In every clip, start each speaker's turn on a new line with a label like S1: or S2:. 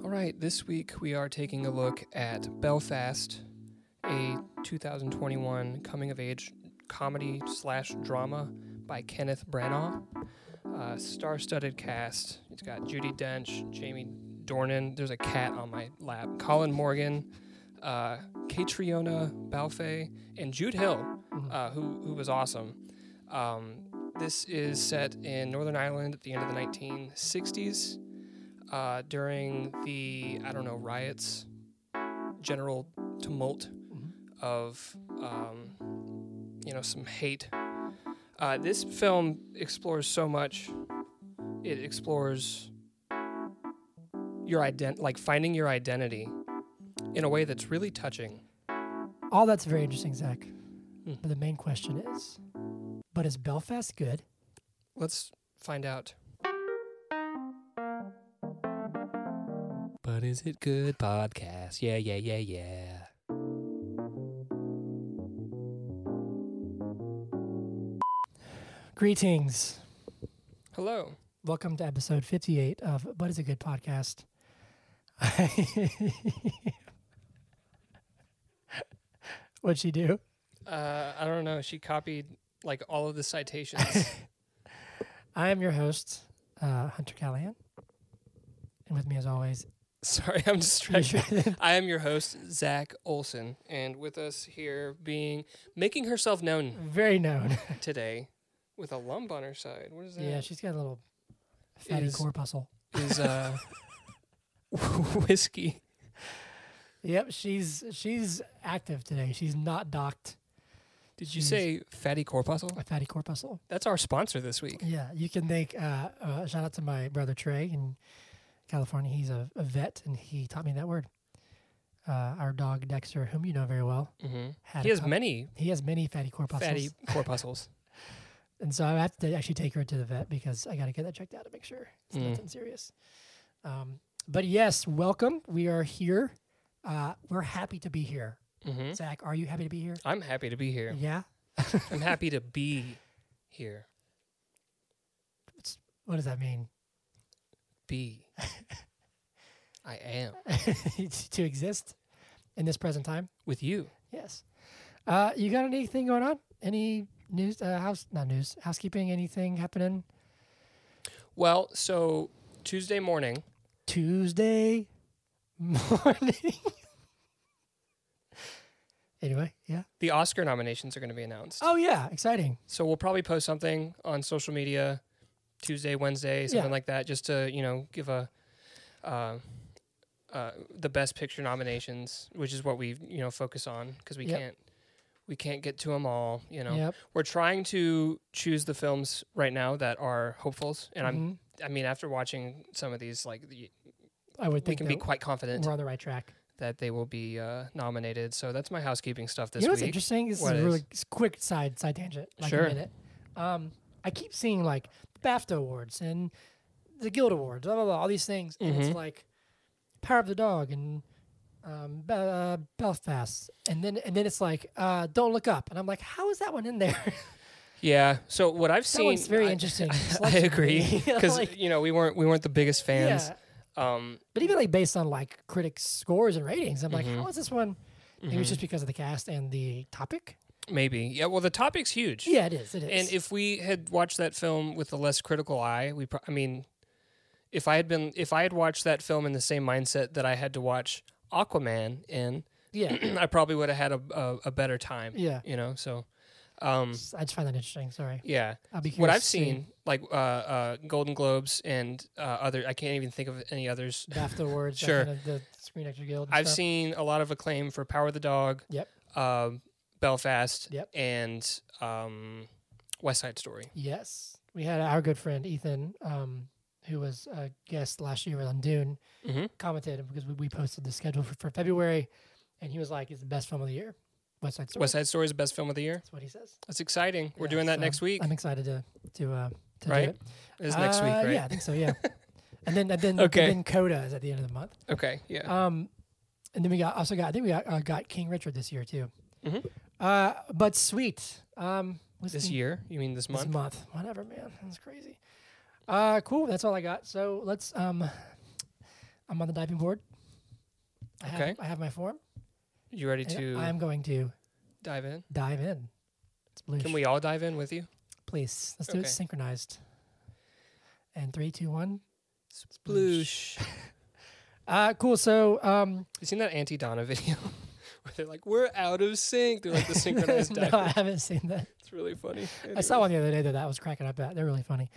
S1: right, this week we are taking a look at Belfast, a 2021 coming of age comedy slash drama by Kenneth Branagh. Uh, Star studded cast. It's got Judy Dench, Jamie Dornan. There's a cat on my lap. Colin Morgan, uh, Catriona Balfe, and Jude Hill, uh, who, who was awesome. Um, this is set in Northern Ireland at the end of the 1960s uh, during the, I don't know, riots, general tumult of, um, you know, some hate. Uh, this film explores so much. It explores your ident like finding your identity in a way that's really touching.
S2: All that's very interesting, Zach.
S1: Hmm.
S2: But the main question is, but is Belfast good?
S1: Let's find out. But is it good podcast? Yeah, yeah, yeah, yeah.
S2: Greetings.
S1: Hello.
S2: Welcome to episode 58 of But Is a Good Podcast. What'd she do?
S1: Uh, I don't know. She copied like all of the citations.
S2: I am your host, uh, Hunter Callahan. And with me, as always,
S1: Sorry, I'm distracted. I am your host, Zach Olson, and with us here being making herself known
S2: very known.
S1: today with a lump on her side. What is that?
S2: yeah, she's got a little fatty
S1: Is-
S2: corpuscle.
S1: is uh, whiskey.
S2: Yep, she's she's active today. She's not docked
S1: Did you
S2: Jeez.
S1: say fatty corpuscle?
S2: a fatty corpuscle.
S1: That's our sponsor this week.
S2: Yeah, you can thank. Uh, uh, shout out to my brother Trey in California. He's a, a vet, and he taught me that word. Uh, our dog Dexter, whom you know very well,
S1: hmm
S2: had
S1: He
S2: a
S1: has
S2: cou-
S1: many
S2: he has many fatty corpuscles,
S1: fatty corpuscles.
S2: and so I have to actually take her to the vet because I got to get that checked out to make sure it's
S1: Mm.
S2: nothing serious. Um, but yes, welcome. We are here. Uh, we're happy to be here.
S1: hmm
S2: Zach, are you happy to be here?
S1: I'm happy to be here.
S2: Yeah.
S1: I'm happy to be here.
S2: What does that mean?
S1: Be. I am
S2: to exist in this present time.
S1: with you.
S2: Yes. Uh, you got anything going on? Any news? Uh, house? Not news. Housekeeping? Anything happening?
S1: Well, so Tuesday morning,
S2: Tuesday morning. anyway, yeah.
S1: the Oscar nominations are going to be announced.
S2: Oh yeah, exciting.
S1: So we'll probably post something on social media Tuesday, Wednesday, something
S2: Yeah.
S1: like that, just to you know give a uh, uh, the best picture nominations, which is what we you know focus on because we
S2: Yep.
S1: can't we can't get to them all. You know,
S2: Yep.
S1: we're trying to choose the films right now that are hopefuls, and
S2: Mhm.
S1: I'm I mean after watching some of these, like the,
S2: I would
S1: we
S2: think
S1: can be
S2: that
S1: quite confident
S2: we're on the right track.
S1: that they will be uh, nominated. So that's my housekeeping stuff this
S2: you know what's
S1: week.
S2: interesting? This
S1: What
S2: is
S1: is?
S2: a really s- quick side side tangent. Like
S1: Sure.
S2: a minute. Um, I keep seeing like the BAFTA awards and the Guild Awards, blah blah blah, all these things, and
S1: Mhm.
S2: it's like Power of the Dog and um, Be- uh, Belfast, and then and then it's like uh, Don't Look Up, and I'm like, how is that one in there?
S1: Yeah. So what I've
S2: that
S1: seen,
S2: one's very
S1: I-
S2: interesting.
S1: I
S2: selection to
S1: agree
S2: me.
S1: because
S2: Like,
S1: you know we weren't we weren't the biggest fans.
S2: yeah.
S1: Um,
S2: but even like based on like critic scores and ratings, I'm like,
S1: Mhm.
S2: how is this one? Maybe
S1: Mm-hmm.
S2: it's just because of the cast and the topic.
S1: maybe. Yeah. Well, the topic's huge.
S2: Yeah, it is. It is.
S1: And if we had watched that film with a less critical eye, we. Pro- I mean, if I had been, if I had watched that film in the same mindset that I had to watch Aquaman in,
S2: yeah,
S1: I probably would have had a, a, a better time.
S2: yeah.
S1: You know. So, um,
S2: S- I just find that interesting. Sorry,
S1: yeah.
S2: I'll be
S1: What
S2: curious
S1: I've
S2: to see
S1: seen, like uh, uh, Golden Globes and uh, other, I can't even think of any others.
S2: BAFTA awards, that
S1: Sure.
S2: kind of the Screen Actor Guild. and
S1: I've
S2: stuff.
S1: seen a lot of acclaim for Power of the Dog.
S2: Yep.
S1: Um, Belfast.
S2: Yep.
S1: And um, West Side Story.
S2: Yes, we had our good friend Ethan, um, who was a guest last year on Dune,
S1: Mhm.
S2: commented because we, we posted the schedule for, for February, and he was like, "It's the best film of the year." West Side Story.
S1: West Side Story is the best film of the year.
S2: That's what he says.
S1: That's exciting. We're
S2: Yeah,
S1: doing that
S2: so
S1: next week.
S2: I'm excited to to uh, to
S1: Right?
S2: do it.
S1: It's next week,
S2: Uh,
S1: right?
S2: Yeah, I think so. Yeah, and then and then
S1: Okay.
S2: and then Coda is at the end of the month.
S1: Okay. Yeah.
S2: Um, and then we got also got I think we got, uh, got King Richard this year too.
S1: Mhm.
S2: Uh, but sweet. Um, what's
S1: this
S2: the-
S1: year? You mean this
S2: This
S1: month?
S2: month. Whatever, man. That's crazy. Uh, cool. That's all I got. So let's um, I'm on the diving board. I
S1: Okay.
S2: Have, I have my form.
S1: You ready
S2: and
S1: to
S2: I'm going to
S1: dive in?
S2: dive in. It's blue.
S1: Can we all dive in with you?
S2: Please, let's do
S1: Okay.
S2: it synchronized. And three, two, one.
S1: Sploosh.
S2: Uh, cool. So, um,
S1: You seen that Auntie Donna video where they're like, "We're out of sync." They're like the synchronized
S2: no,
S1: dive.
S2: I haven't seen that.
S1: It's really funny.
S2: I saw one the other day that I was cracking up at. They're really funny.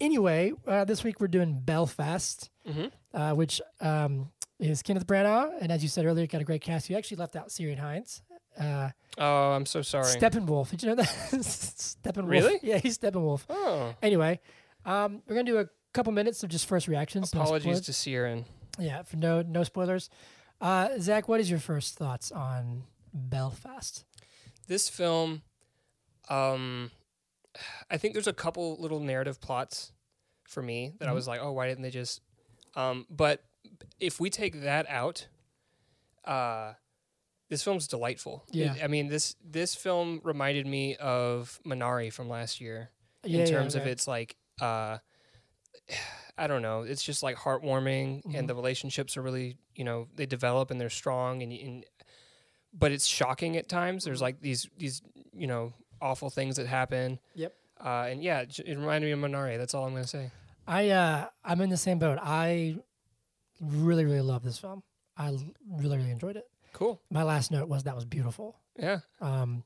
S2: Anyway, uh, this week we're doing Belfast,
S1: hmm
S2: uh, which um, is Kenneth Branagh, and as you said earlier, got a great cast. You actually left out Syrian Hines. Uh,
S1: Oh, I'm so sorry.
S2: Steppenwolf. Did you know that? Steppenwolf.
S1: Really?
S2: Yeah, he's Steppenwolf.
S1: oh,
S2: Anyway, um, we're gonna do a couple minutes of just first reactions. no
S1: apologies
S2: spoilers.
S1: to Ciaran.
S2: yeah, for no no spoilers. Uh, Zach, what is your first thoughts on Belfast?
S1: This film, um, I think there's a couple little narrative plots for me that I
S2: Mhm.
S1: was like, "Oh, why didn't they just?" Um, but if we take that out, uh, this film's delightful. It-
S2: Yeah.
S1: I mean this this film reminded me of Minari from last year.
S2: Yeah,
S1: in
S2: yeah,
S1: terms of
S2: okay.
S1: its like uh I don't know. It's just like heartwarming,
S2: Mhm.
S1: and the relationships are really, you know, they develop and they're strong, and, and but it's shocking at times.
S2: Mm-hmm.
S1: There's like these these you know awful things that happen.
S2: Yep.
S1: Uh, and yeah, it, j- it reminded me of Minari. That's all I'm gonna say.
S2: I uh, I'm in the same boat. I really really love this film. I l- really really enjoyed it.
S1: Cool.
S2: My last note was that was beautiful,
S1: Yeah.
S2: um,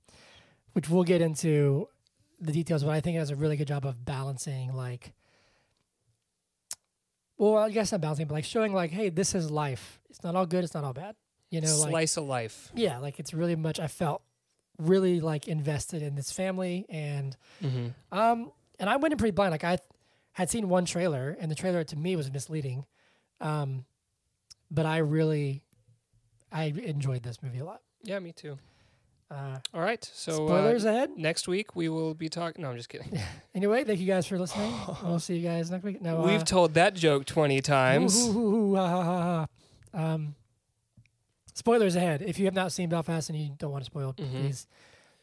S2: which we'll get into the details. But I think it does a really good job of balancing like. Well, I guess not balancing, but like showing like, hey, this is life. It's not all good. It's not all bad. You know, like
S1: Slice of life.
S2: yeah, like it's really much. I felt really like invested in this family and
S1: Mm-hmm.
S2: um, and I went in pretty blind. Like I th- had seen one trailer, and the trailer to me was misleading. Um, but I really, I enjoyed this movie a lot.
S1: Yeah, me too.
S2: Uh,
S1: All right. So uh,
S2: spoilers ahead.
S1: next week we will be talking. No, I'm just kidding.
S2: Anyway, thank you guys for listening. we'll see you guys next week. No, uh,
S1: We've told that joke 20 times.
S2: ooh, ooh, ooh, ah, ah, ah, ah. um, spoilers ahead. If you have not seen Belfast and you don't want to spoil,
S1: Mhm.
S2: please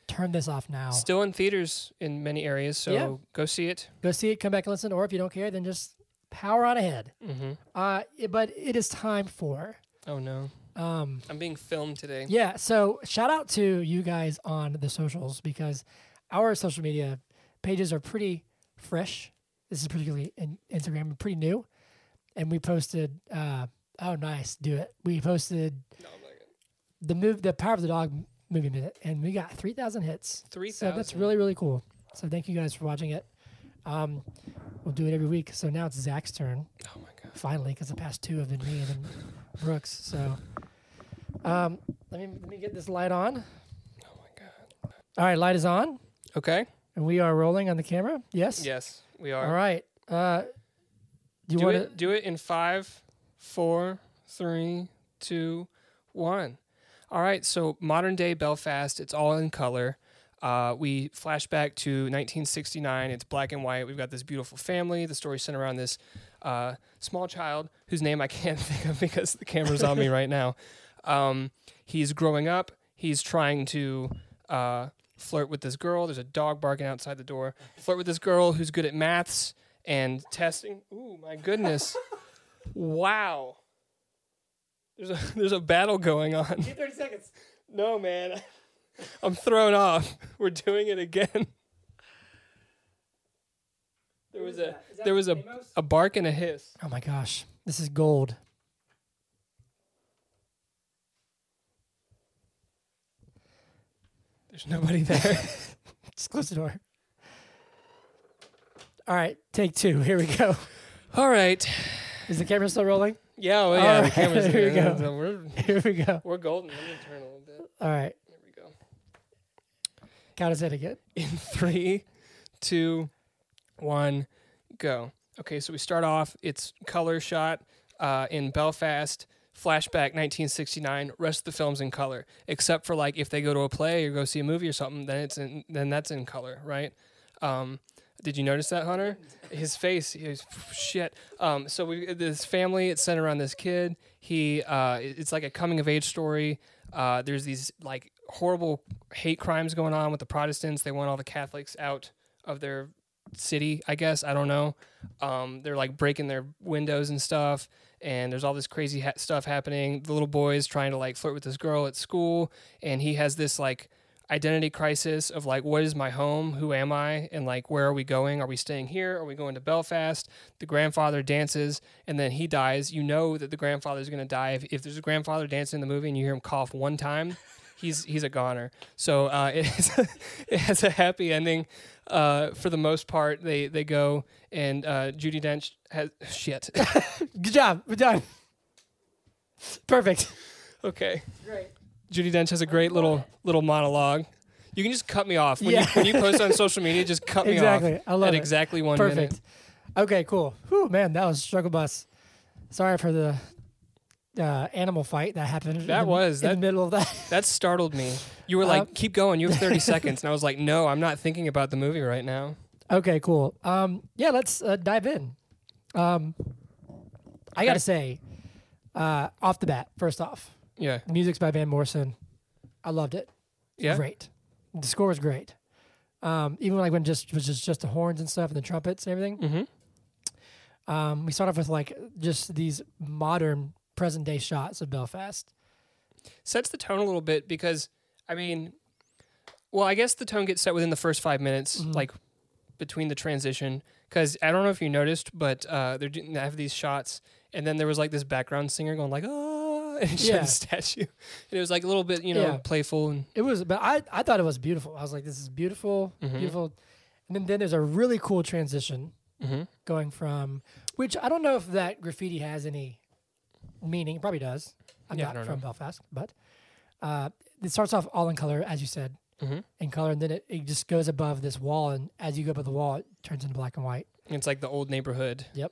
S2: turn this off now.
S1: Still in theaters in many areas, so
S2: Yeah.
S1: go see it.
S2: Go see it. Come back and listen. Or if you don't care, then just power on ahead.
S1: Mm-hmm.
S2: Uh, it- but it is time for.
S1: Oh no,
S2: Um,
S1: I'm being filmed today.
S2: Yeah. So shout out to you guys on the socials because our social media pages are pretty fresh. This is particularly in Instagram, pretty new, and we posted. Uh, oh, nice, do it. We posted
S1: No, I'm not gonna-
S2: the move, the Power of the Dog movie minute, and we got three thousand hits.
S1: Three
S2: So
S1: thousand.
S2: that's really really cool. So thank you guys for watching it. Um, we'll do it every week. So now it's Zach's turn
S1: Oh my god.
S2: finally because the past two have been me and then Brooks. So um, let me let me get this light on.
S1: Oh my god.
S2: All right, light is on,
S1: Okay.
S2: and we are rolling on the camera. Yes.
S1: Yes, we are.
S2: All right. Uh, do you
S1: do
S2: want
S1: it.
S2: to?
S1: Do it in five, four, three, two, one. All right. So modern day Belfast. It's all in color. Uh, we flash back to 1969. It's black and white. We've got this beautiful family. The story's centered around this uh, small child whose name I can't think of because the camera's on me right now. Um, he's growing up. He's trying to uh, flirt with this girl. There's a dog barking outside the door. Flirt with this girl who's good at maths and testing. Ooh, my goodness! wow. There's a there's a battle going on.
S2: Thirty seconds.
S1: No, man. I'm thrown off. We're doing it again. There was a there was a a bark and a hiss.
S2: Oh my gosh, this is gold.
S1: There's nobody there.
S2: Just close the door. All right, take two. Here we go.
S1: All right.
S2: Is the camera still rolling?
S1: Yeah, well, yeah,
S2: All
S1: the
S2: right,
S1: camera's
S2: there you
S1: here.
S2: go.
S1: So We're,
S2: Here we go.
S1: we're golden. Let me turn a little bit.
S2: All right,
S1: There we go.
S2: count us in again.
S1: in three, two, one, go. Okay, so we start off. It's color shot uh, in Belfast. Flashback 1969. Rest of the film's in color, except for like if they go to a play or go see a movie or something, then it's in then that's in color, right? Um, did you notice that, Hunter? His face, he was, shit. Um, so we this family. It's centered around this kid. He uh, it- it's like a coming of age story. Uh, there's these like horrible hate crimes going on with the Protestants. They want all the Catholics out of their city, I guess. I don't know. Um, they're like breaking their windows and stuff. and there's all this crazy ha- stuff happening. The little boy is trying to like flirt with this girl at school, and he has this like identity crisis of like, what is my home? Who am I? And like, where are we going? Are we staying here? Are we going to Belfast? The grandfather dances, and then he dies. You know that the grandfather is going to die if, if there's a grandfather dancing in the movie, and you hear him cough one time. He's, he's a goner. So uh, it, has it has a happy ending uh, for the most part. They they go and uh, Judy Dench has shit.
S2: Good job. We're done. Perfect.
S1: okay.
S2: Great.
S1: Judy Dench has a great little little monologue. You can just cut me off when, you,
S2: Yeah.
S1: when you post on social media. Just cut me
S2: Exactly.
S1: off
S2: I love
S1: at
S2: it.
S1: exactly one
S2: Perfect.
S1: minute.
S2: Okay, cool. Whew, man, that was struggle bus. Sorry for the uh, animal fight that happened. in
S1: That
S2: the-
S1: was-
S2: in
S1: that-
S2: the middle of that.
S1: That startled me. You were like,
S2: Um,
S1: "Keep going. You have 30 seconds," and I was like, "No, I'm not thinking about the movie right now."
S2: Okay, cool. Um, yeah, let's uh, dive in. Um, I gotta say, uh, off the bat, first off,
S1: Yeah,
S2: the music's by Van Morrison. I loved it.
S1: yeah,
S2: Great. The score was great. Um, even like when just was just, just the horns and stuff and the trumpets and everything.
S1: Mhm.
S2: Um, we start off with like just these modern present day shots of Belfast.
S1: Sets the tone a little bit because, I mean, well, I guess the tone gets set within the first five minutes,
S2: Mm-hmm.
S1: like between the transition. Because I don't know if you noticed, but uh, they're doing, they have these shots, and then there was like this background singer going like, "Ah," and she
S2: Yeah.
S1: had a statue, and it was like a little bit, you know,
S2: Yeah.
S1: playful and
S2: It was, but I, I thought it was beautiful. I was like, this is beautiful, beautiful. And then, then there's a really cool transition
S1: Mhm.
S2: going from, which I don't know if that graffiti has any meaning. It probably does. I'm
S1: Yeah, I
S2: not
S1: don't
S2: from
S1: know.
S2: Belfast, but uh, it starts off all in color, as you said,
S1: Mhm.
S2: in color. And then it, it just goes above this wall. And as you go above the wall, it turns into black and white.
S1: It's like the old neighborhood.
S2: Yep.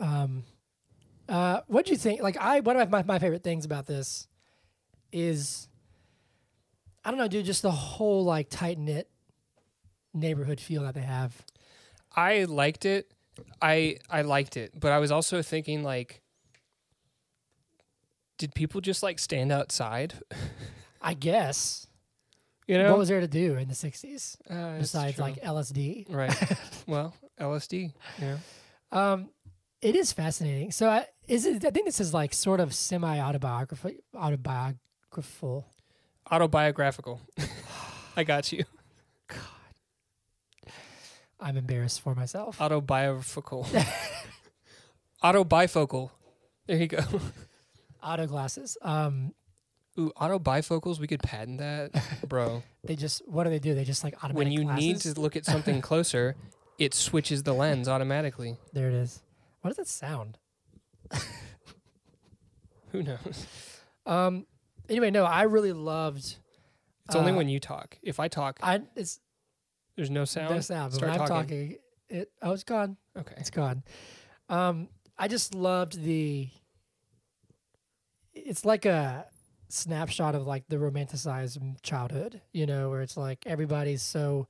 S2: Um, uh, what do you think? Like, I one of my, my favorite things about this is, I don't know, dude, just the whole like tight knit neighborhood feel that they have.
S1: I liked it. I I liked it, but I was also thinking like did people just like stand outside?
S2: I guess.
S1: You know?
S2: What was there to do in the '60s
S1: Uh, it's
S2: besides
S1: true.
S2: like LSD?
S1: right. well, LSD, you know.
S2: Um, it is fascinating. So, I, is it? I think this is like sort of semi autobiographical. Autobiographical.
S1: Autobiographical. I got you.
S2: I'm embarrassed for myself.
S1: Autobiographical. Autobifocal. There you go.
S2: Auto glasses. Um,
S1: Ooh, autobifocals, we could patent that. Bro.
S2: they just what do they do? They just like automatic
S1: when you need
S2: glasses?
S1: to look at something closer, it switches the lens automatically.
S2: There it is. What does that sound?
S1: Who knows?
S2: Um. Anyway, no, I really loved.
S1: It's only
S2: Uh,
S1: when you talk. If I talk,
S2: I it's
S1: There's no sound.
S2: no sound, but
S1: Start
S2: when I'm
S1: talking.
S2: talking, it oh, it's gone.
S1: Okay.
S2: It's gone. Um, I just loved the. It's like a snapshot of like the romanticized childhood, you know, where it's like everybody's so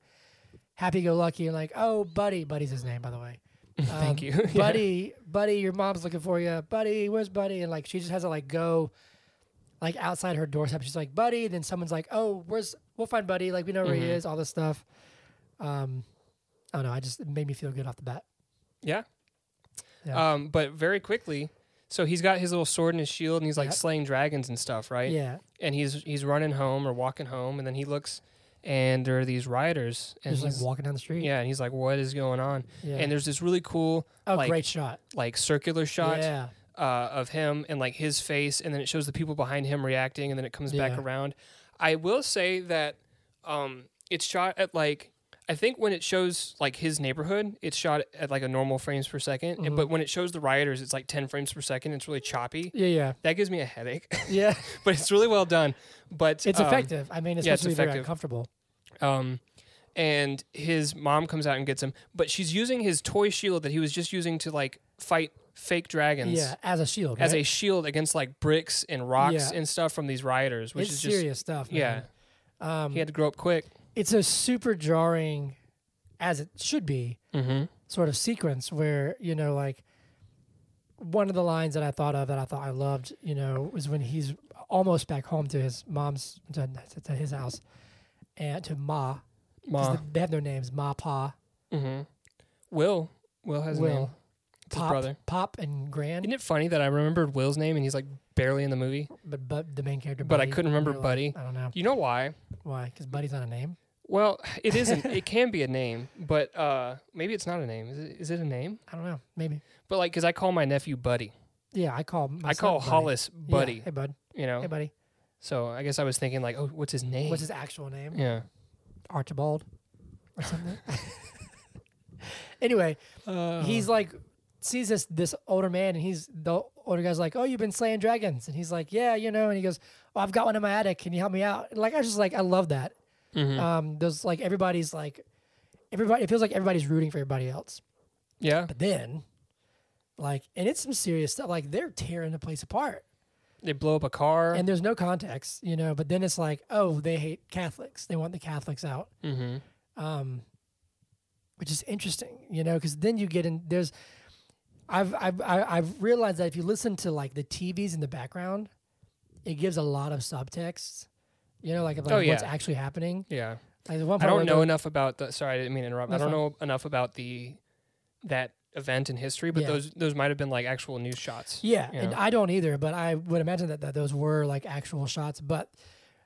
S2: happy-go-lucky and like, oh, buddy, buddy's his name, by the way.
S1: Thank
S2: Um,
S1: you. Yeah.
S2: buddy, buddy, your mom's looking for you, buddy. Where's buddy? And like, she just has to like go, like outside her doorstep. She's like, buddy. Then someone's like, oh, where's? We'll find buddy. Like we know where he
S1: Mhm.
S2: is. All this stuff. Um, I don't know. I just it made me feel good off the bat.
S1: Yeah.
S2: Yeah.
S1: Um, but very quickly, so he's got his little sword and his shield, and he's like
S2: Yep.
S1: slaying dragons and stuff, right?
S2: Yeah,
S1: And he's he's running home or walking home, and then he looks, and there are these rioters, and
S2: just like
S1: he's,
S2: walking down the street.
S1: yeah, and he's like, "What is going on?"
S2: yeah.
S1: And there's this really cool
S2: oh,
S1: like-
S2: great shot.
S1: like circular shot
S2: Yeah,
S1: uh, of him and like his face, and then it shows the people behind him reacting, and then it comes back
S2: Yeah.
S1: around. I will say that um, it's shot at like I think when it shows like his neighborhood, it's shot at like a normal frames per 2nd
S2: Mm-hmm.
S1: and, but when it shows the rioters, it's like ten frames per second. It's really choppy.
S2: yeah, yeah,
S1: That gives me a headache,
S2: yeah.
S1: but it's really well done. But
S2: It's
S1: um,
S2: effective. I
S1: yeah,
S2: mean,
S1: it's
S2: especially if you're
S1: effective.
S2: uncomfortable.
S1: Um, and his mom comes out and gets him, but she's using his toy shield that he was just using to like fight fake dragons
S2: Yeah, as a shield.
S1: as
S2: right?
S1: a shield against like bricks and rocks
S2: Yeah.
S1: and stuff from these rioters, which
S2: it's
S1: is just
S2: serious stuff.
S1: yeah.
S2: Man. Yeah, um,
S1: he had to grow up quick.
S2: it's a super jarring, as it should be,
S1: Mm-hmm.
S2: sort of sequence where you know like one of the lines that I thought of that I thought I loved, you know, was when he's almost back home to his mom's to, to- to his house and to Ma. 'cause
S1: Ma,
S2: They have no names, Ma Pa.
S1: mm-hmm. Will, Will has a
S2: Will.
S1: name. It's his
S2: Pop,
S1: brother.
S2: Pop and
S1: Isn't
S2: Grand,
S1: it funny that I remembered Will's name and he's like barely in the movie?
S2: but but the main character.
S1: But I
S2: Buddy,
S1: couldn't remember
S2: you're like,
S1: Buddy.
S2: I don't know
S1: You know why?
S2: why, because Buddy's not a name.
S1: Well, it isn't. it can be a name, but uh, maybe it's not a name. Is it, is it a name?
S2: I don't know. Maybe.
S1: But like, because I call my nephew Buddy.
S2: Yeah, I call. My
S1: I
S2: son
S1: call
S2: Buddy.
S1: Hollis
S2: Yeah,
S1: Buddy. Oh.
S2: Hey bud.
S1: You know.
S2: Hey buddy.
S1: So I guess I was thinking like, oh, what's his name?
S2: What's his actual name?
S1: yeah.
S2: Archibald or something. anyway, he's like sees this this older man and he's the older guy's like, Oh, you've been slaying dragons and he's like, Yeah, you know, and he goes, Oh, I've got one in my attic, can you help me out? And, like I just like I love that.
S1: Mhm.
S2: Um there's like everybody's like everybody it feels like everybody's rooting for everybody else.
S1: yeah.
S2: But then like and it's some serious stuff. Like they're tearing the place apart.
S1: They blow up a car.
S2: And there's no context, you know, but then it's like, oh, they hate Catholics. They want the Catholics out.
S1: mm-hmm.
S2: um, which is interesting, you know, because then you get in. There's, I've I've I- I've realized that if you listen to like the TVs in the background, it gives a lot of subtext, you know, like, like
S1: Oh,
S2: what's
S1: yeah.
S2: actually happening.
S1: Yeah.
S2: Like the
S1: I
S2: one part
S1: don't
S2: where
S1: know
S2: they're-
S1: enough about the. Sorry, I didn't mean to interrupt. I don't
S2: That's
S1: know enough about the that event in history, but
S2: Yeah.
S1: those those might have been like actual news shots.
S2: Yeah,
S1: you
S2: and
S1: know.
S2: I don't either, but I would imagine that, that those were like actual shots. But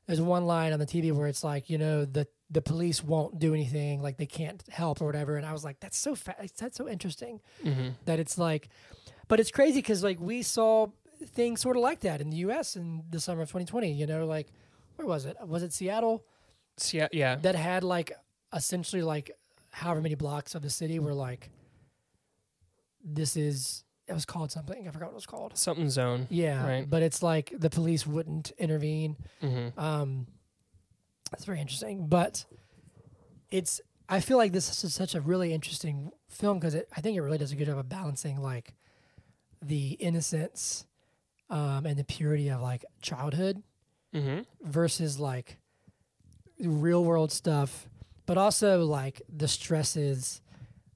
S2: there's one line on the TV where it's like, you know, the the police won't do anything, like they can't help or whatever. And I was like, that's so fa- that's so interesting.
S1: Mm-hmm.
S2: that it's like but it's crazy because like we saw things sort of like that in the us in the summer of 2020 you know like where was it was it seattle
S1: Yeah. Yeah.
S2: that had like essentially like however many blocks of the city were like this is it was called something i forgot what it was called
S1: Something zone.
S2: yeah
S1: Right.
S2: but it's like the police wouldn't intervene
S1: Mm-hmm.
S2: um, that's very interesting, but it's. I feel like this is such a really interesting film because I think it really does a good job of balancing like the innocence um, and the purity of like childhood
S1: Mm-hmm.
S2: versus like real world stuff, but also like the stresses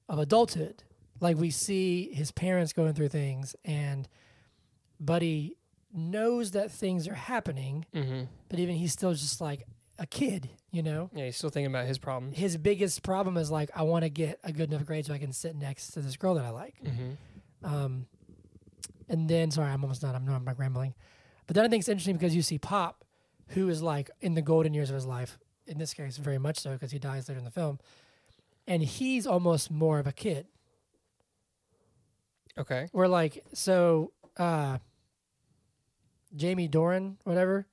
S2: of adulthood. Like we see his parents going through things, and Buddy knows that things are happening,
S1: Mm-hmm.
S2: but even he's still just like a kid, you know.
S1: Yeah, he's still thinking about his problem.
S2: His biggest problem is like I want to get a good enough grade so I can sit next to this girl that I like.
S1: Mm-hmm.
S2: Um, and then sorry, I'm almost done. I'm not I'm rambling, but then I think it's interesting because you see Pop, who is like in the golden years of his life. In this case, very much so because he dies later in the film, and he's almost more of a kid.
S1: Okay.
S2: We're like so uh, Jamie Doran, whatever,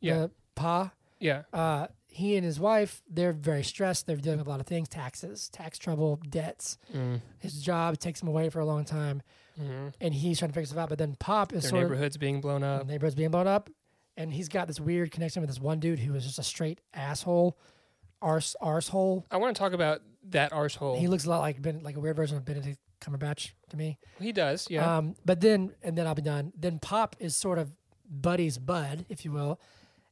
S1: Yeah.
S2: the Pa.
S1: Yeah.
S2: uh, he and his wife, they're very stressed. They're dealing with a lot of things taxes, tax trouble, debts.
S1: Mm.
S2: His job takes him away for a long time,
S1: Mm-hmm.
S2: and he's trying to figure stuff out. But then Pop is
S1: Their
S2: sort
S1: neighborhood's being blown
S2: of
S1: up.
S2: neighborhood's being blown up, and he's got this weird connection with this one dude who is just a straight asshole, arse, arsehole.
S1: I want to talk about that arsehole.
S2: He
S1: He,
S2: looks a lot like ben, like a weird version of Benedict Cumberbatch to me.
S1: does. Yeah.
S2: Um, but then, and then I'll be done. Then Pop is sort of Buddy's bud, if you will.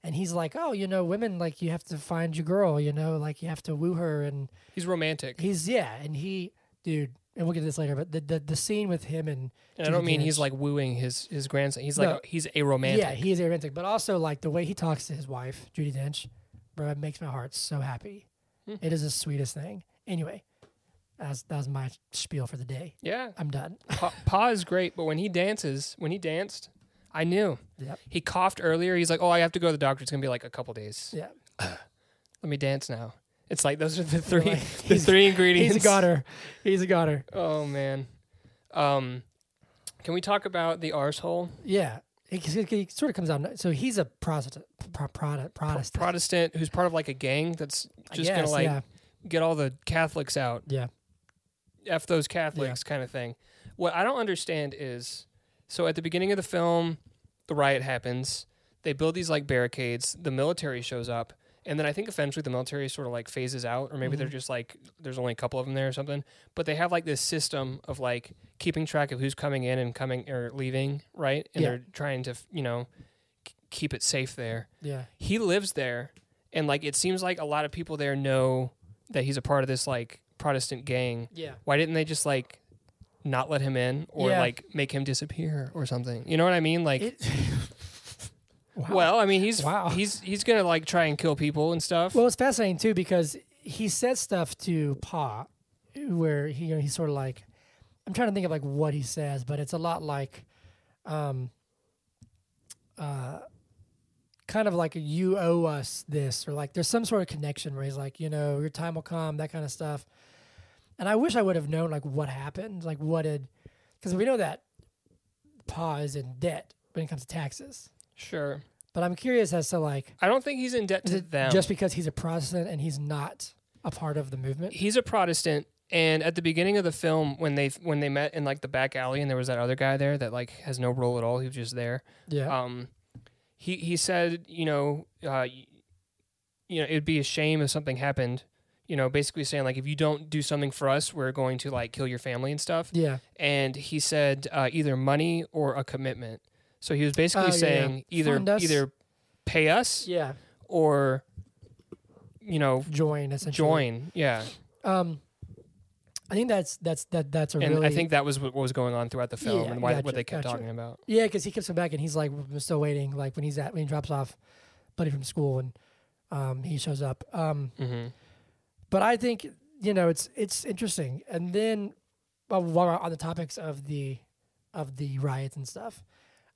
S2: And he's like, oh, you know, women, like, you have to find your girl, you know, like, you have to woo her. And
S1: he's romantic.
S2: he's, yeah. And he, dude, and we'll get to this later, but the, the, the scene with him and,
S1: and I don't mean he's
S2: Judge.
S1: like wooing his his grandson. He's like
S2: No.
S1: a- he's a romantic.
S2: yeah, he is romantic, but also, like, the way he talks to his wife, Judy Dench, bro, it makes my heart so happy.
S1: Hmm.
S2: It is the sweetest thing. Anyway, that's, that was my spiel for the day.
S1: yeah.
S2: I'm done.
S1: Pa, pa is great, but when he dances, when he danced, I knew.
S2: Yep.
S1: He coughed earlier. He's like, "Oh, I have to go to the doctor. It's gonna be like a couple days.
S2: Yeah.
S1: Let me dance now." It's like those are the three
S2: like,
S1: the
S2: he's-
S1: three ingredients.
S2: He's a goner. He's a goner.
S1: Oh man. Um, can we talk about the arsehole?
S2: Yeah, he, he- he sort of comes out. So he's a Protestant, pro, pro, Protestant.
S1: Protestant who's part of like a gang that's
S2: I
S1: just gonna
S2: guess,
S1: like
S2: yeah,
S1: get all the Catholics out.
S2: yeah,
S1: F those Catholics kind of thing. What I don't understand is so at the beginning of the film, the riot happens. They build these like barricades. The military shows up. And then I think eventually the military sort of like phases out, or maybe
S2: Mm-hmm.
S1: they're just like, there's only a couple of them there or something. But they have like this system of like keeping track of who's coming in and coming or leaving, right? And
S2: Yeah.
S1: they're trying to, you know, k- keep it safe there
S2: yeah.
S1: he lives there and like it seems like a lot of people there know that he's a part of this like protestant gang
S2: Yeah.
S1: why didn't they just like not let him in or
S2: Yeah.
S1: like make him disappear or something you know what i mean like
S2: It, wow.
S1: well i mean he's
S2: Wow.
S1: he's he's gonna like try and kill people and stuff
S2: well, it's fascinating too because he says stuff to Pa, where he you know, he's sort of like, I'm trying to think of like what he says, but it's a lot like, um, uh, kind of like a, you owe us this, or like there's some sort of connection where he's like, you know, your time will come, that kind of stuff. And I wish I would have known like what happened, like what did, because we know that Pa is in debt when it comes to taxes.
S1: Sure.
S2: But I'm curious as to like,
S1: I don't think he's in debt
S2: is
S1: to
S2: it
S1: them.
S2: just because he's a Protestant and he's not a part of the movement?
S1: he's a Protestant, and at the beginning of the film, when they when they met in like the back alley, and there was that other guy there that like has no role at all. He was just there.
S2: Yeah.
S1: Um, he he said, you know, uh, y- you know, it'd be a shame if something happened. You know, basically saying like, if you don't do something for us, we're going to like kill your family and stuff.
S2: yeah.
S1: And he said uh, either money or a commitment. So he was basically
S2: Oh, yeah, yeah.
S1: saying
S2: Fund
S1: either
S2: us.
S1: either pay us
S2: Yeah.
S1: or you know
S2: Join essentially.
S1: join. Yeah.
S2: Um, I think that's that's that that's a
S1: and
S2: really.
S1: I think that was what was going on throughout the film
S2: Yeah,
S1: and why what
S2: gotcha,
S1: they kept
S2: gotcha.
S1: talking about.
S2: yeah, because he keeps coming back and he's like, "We're still waiting." Like when he's at when he drops off, buddy from school, and um, he shows up. Um,
S1: hmm
S2: but I think you know it's it's interesting. And then well, while we're on the topics of the of the riots and stuff,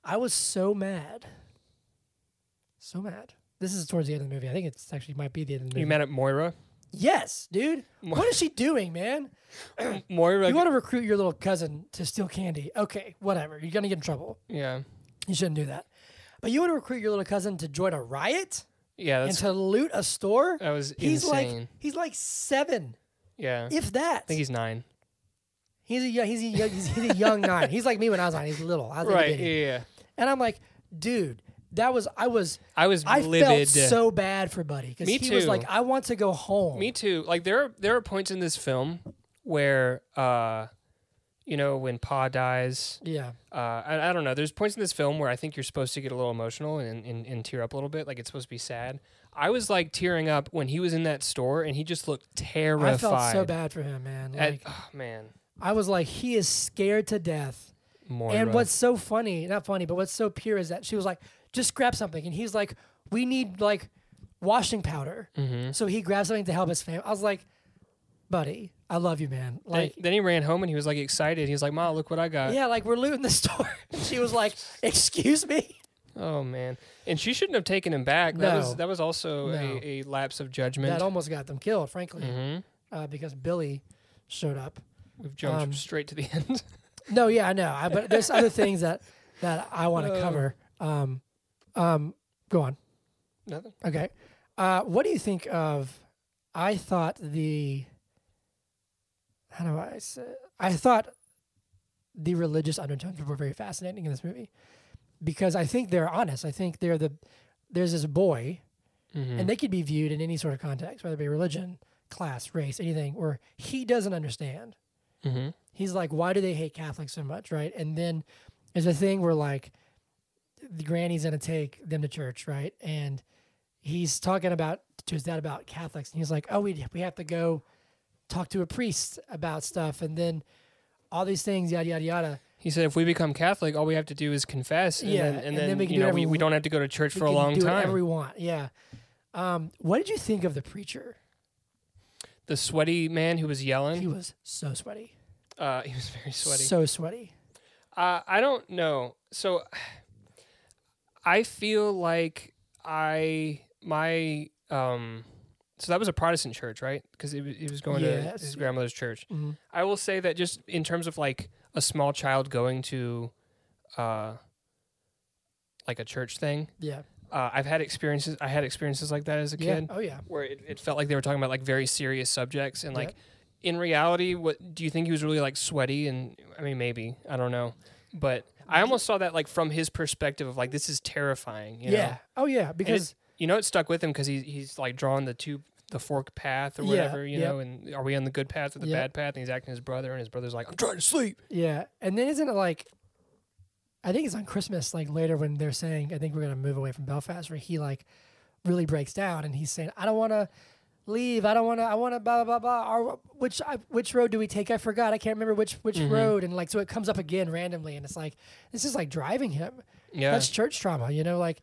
S2: I was so mad, so mad. This is towards the end of the movie. I think it's actually might be the end of the movie.
S1: You mad at Moira?
S2: Yes, dude.
S1: Mo-
S2: What is she doing, man?
S1: Moira,
S2: You want to recruit your little cousin to steal candy. Okay, whatever. You're going to get in trouble.
S1: yeah,
S2: You shouldn't do that. But you want to recruit your little cousin to join a riot
S1: yeah,
S2: and
S1: that's
S2: to loot a store?
S1: that was
S2: He's
S1: insane.
S2: like he's like 7,
S1: yeah, I
S2: if that.
S1: think he's nine.
S2: He's a young, he's a young, he's, he's a young nine. He's like me when I was nine. He's little. I was like a
S1: Right?
S2: baby.
S1: Yeah, yeah.
S2: And I'm like, dude, that was I was
S1: I was
S2: I
S1: livid.
S2: felt so bad for Buddy because
S1: Me
S2: he was
S1: too.
S2: like, I want to go home.
S1: Me too. Like there are there are points in this film where, uh, you know, when Pa dies,
S2: Yeah,
S1: uh, I, I don't know. There's points in this film where I think you're supposed to get a little emotional and, and, and tear up a little bit. Like it's supposed to be sad. I was like tearing up when he was in that store and he just looked terrified.
S2: I felt so bad for him, man.
S1: At-
S2: Like
S1: oh, man,
S2: I was like, he is scared to death.
S1: Moira.
S2: And what's so funny, not funny, but what's so pure is that she was like, just grab something. And he's like, we need like washing powder.
S1: Mm-hmm.
S2: So he grabs something to help his family. I was like, buddy, I love you, man.
S1: Like,
S2: Like,
S1: then he ran home and he was like excited. He was like, "Ma, look what I got!"
S2: yeah, like we're looting the store. And she was like, excuse me?
S1: Oh man! And she shouldn't have taken him back. That was
S2: No.
S1: that was also
S2: No.
S1: a, a lapse of judgment.
S2: That almost got them killed, frankly,
S1: hmm
S2: uh, because Billy showed up.
S1: We've jumped
S2: Um,
S1: straight to the end.
S2: No, yeah, I know. I, but there's other things that, that I want to
S1: Uh.
S2: cover. Um, um, go on.
S1: Nothing.
S2: Okay. Uh, what do you think of? I thought the. How do I say? I thought the religious undertones were very fascinating in this movie because I think they're honest. I think they're the there's this boy, and they could be viewed in any sort of context, whether it be religion, class, race, anything, where he doesn't understand mm-hmm.
S1: hmm
S2: he's like, why do they hate Catholics so much, right? And then there's a thing where like the granny's gonna take them to church, right? And he's talking about to his dad about Catholics, and he's like, oh, we we have to go talk to a priest about stuff, and then all these things, yada yada yada.
S1: He said, "If we become Catholic, all we have to do is confess, and
S2: Yeah,
S1: then, and then, we
S2: can
S1: you know we,
S2: do whatever
S1: we
S2: we-
S1: don't have to go to church
S2: We
S1: for a
S2: can
S1: long
S2: do
S1: time."
S2: whatever we want, yeah. Um, what did you think of the preacher?
S1: the sweaty man who was yelling,
S2: He was so sweaty,
S1: uh, he was very sweaty.
S2: so sweaty.
S1: Uh, I don't know. So I feel like I my um. So that was a Protestant church, right? Because it, wa- it was going
S2: Yes.
S1: to his grandmother's church.
S2: Mhm.
S1: I will say that just in terms of like a small child going to, uh, like a church thing.
S2: Yeah.
S1: Uh, I've had experiences. I had experiences like that as a
S2: Yeah.
S1: kid,
S2: Oh yeah.
S1: where it, it felt like they were talking about like very serious subjects, and
S2: Yeah.
S1: like in reality, what do you think he was really like sweaty? And I mean, maybe I don't know, but I almost saw that like from his perspective of like this is terrifying. You
S2: yeah.
S1: know?
S2: Oh yeah. Because
S1: you know, it stuck with him because he's he's like drawing the two the fork path or
S2: Yeah,
S1: whatever. You
S2: yep.
S1: know, and are we on the good path or the
S2: Yep.
S1: bad path? And he's acting his brother, and his brother's like, I'm trying to sleep.
S2: Yeah, and then isn't it like? I think it's on Christmas, like later when they're saying, "I think we're gonna move away from Belfast," where he like really breaks down and he's saying, "I don't want to leave. I don't want to. I want to blah blah blah blah." Or which I, which road do we take? I forgot. I can't remember which which road. And like so, it comes up again randomly, and it's like this is like driving him.
S1: Yeah,
S2: That's church trauma, you know. Like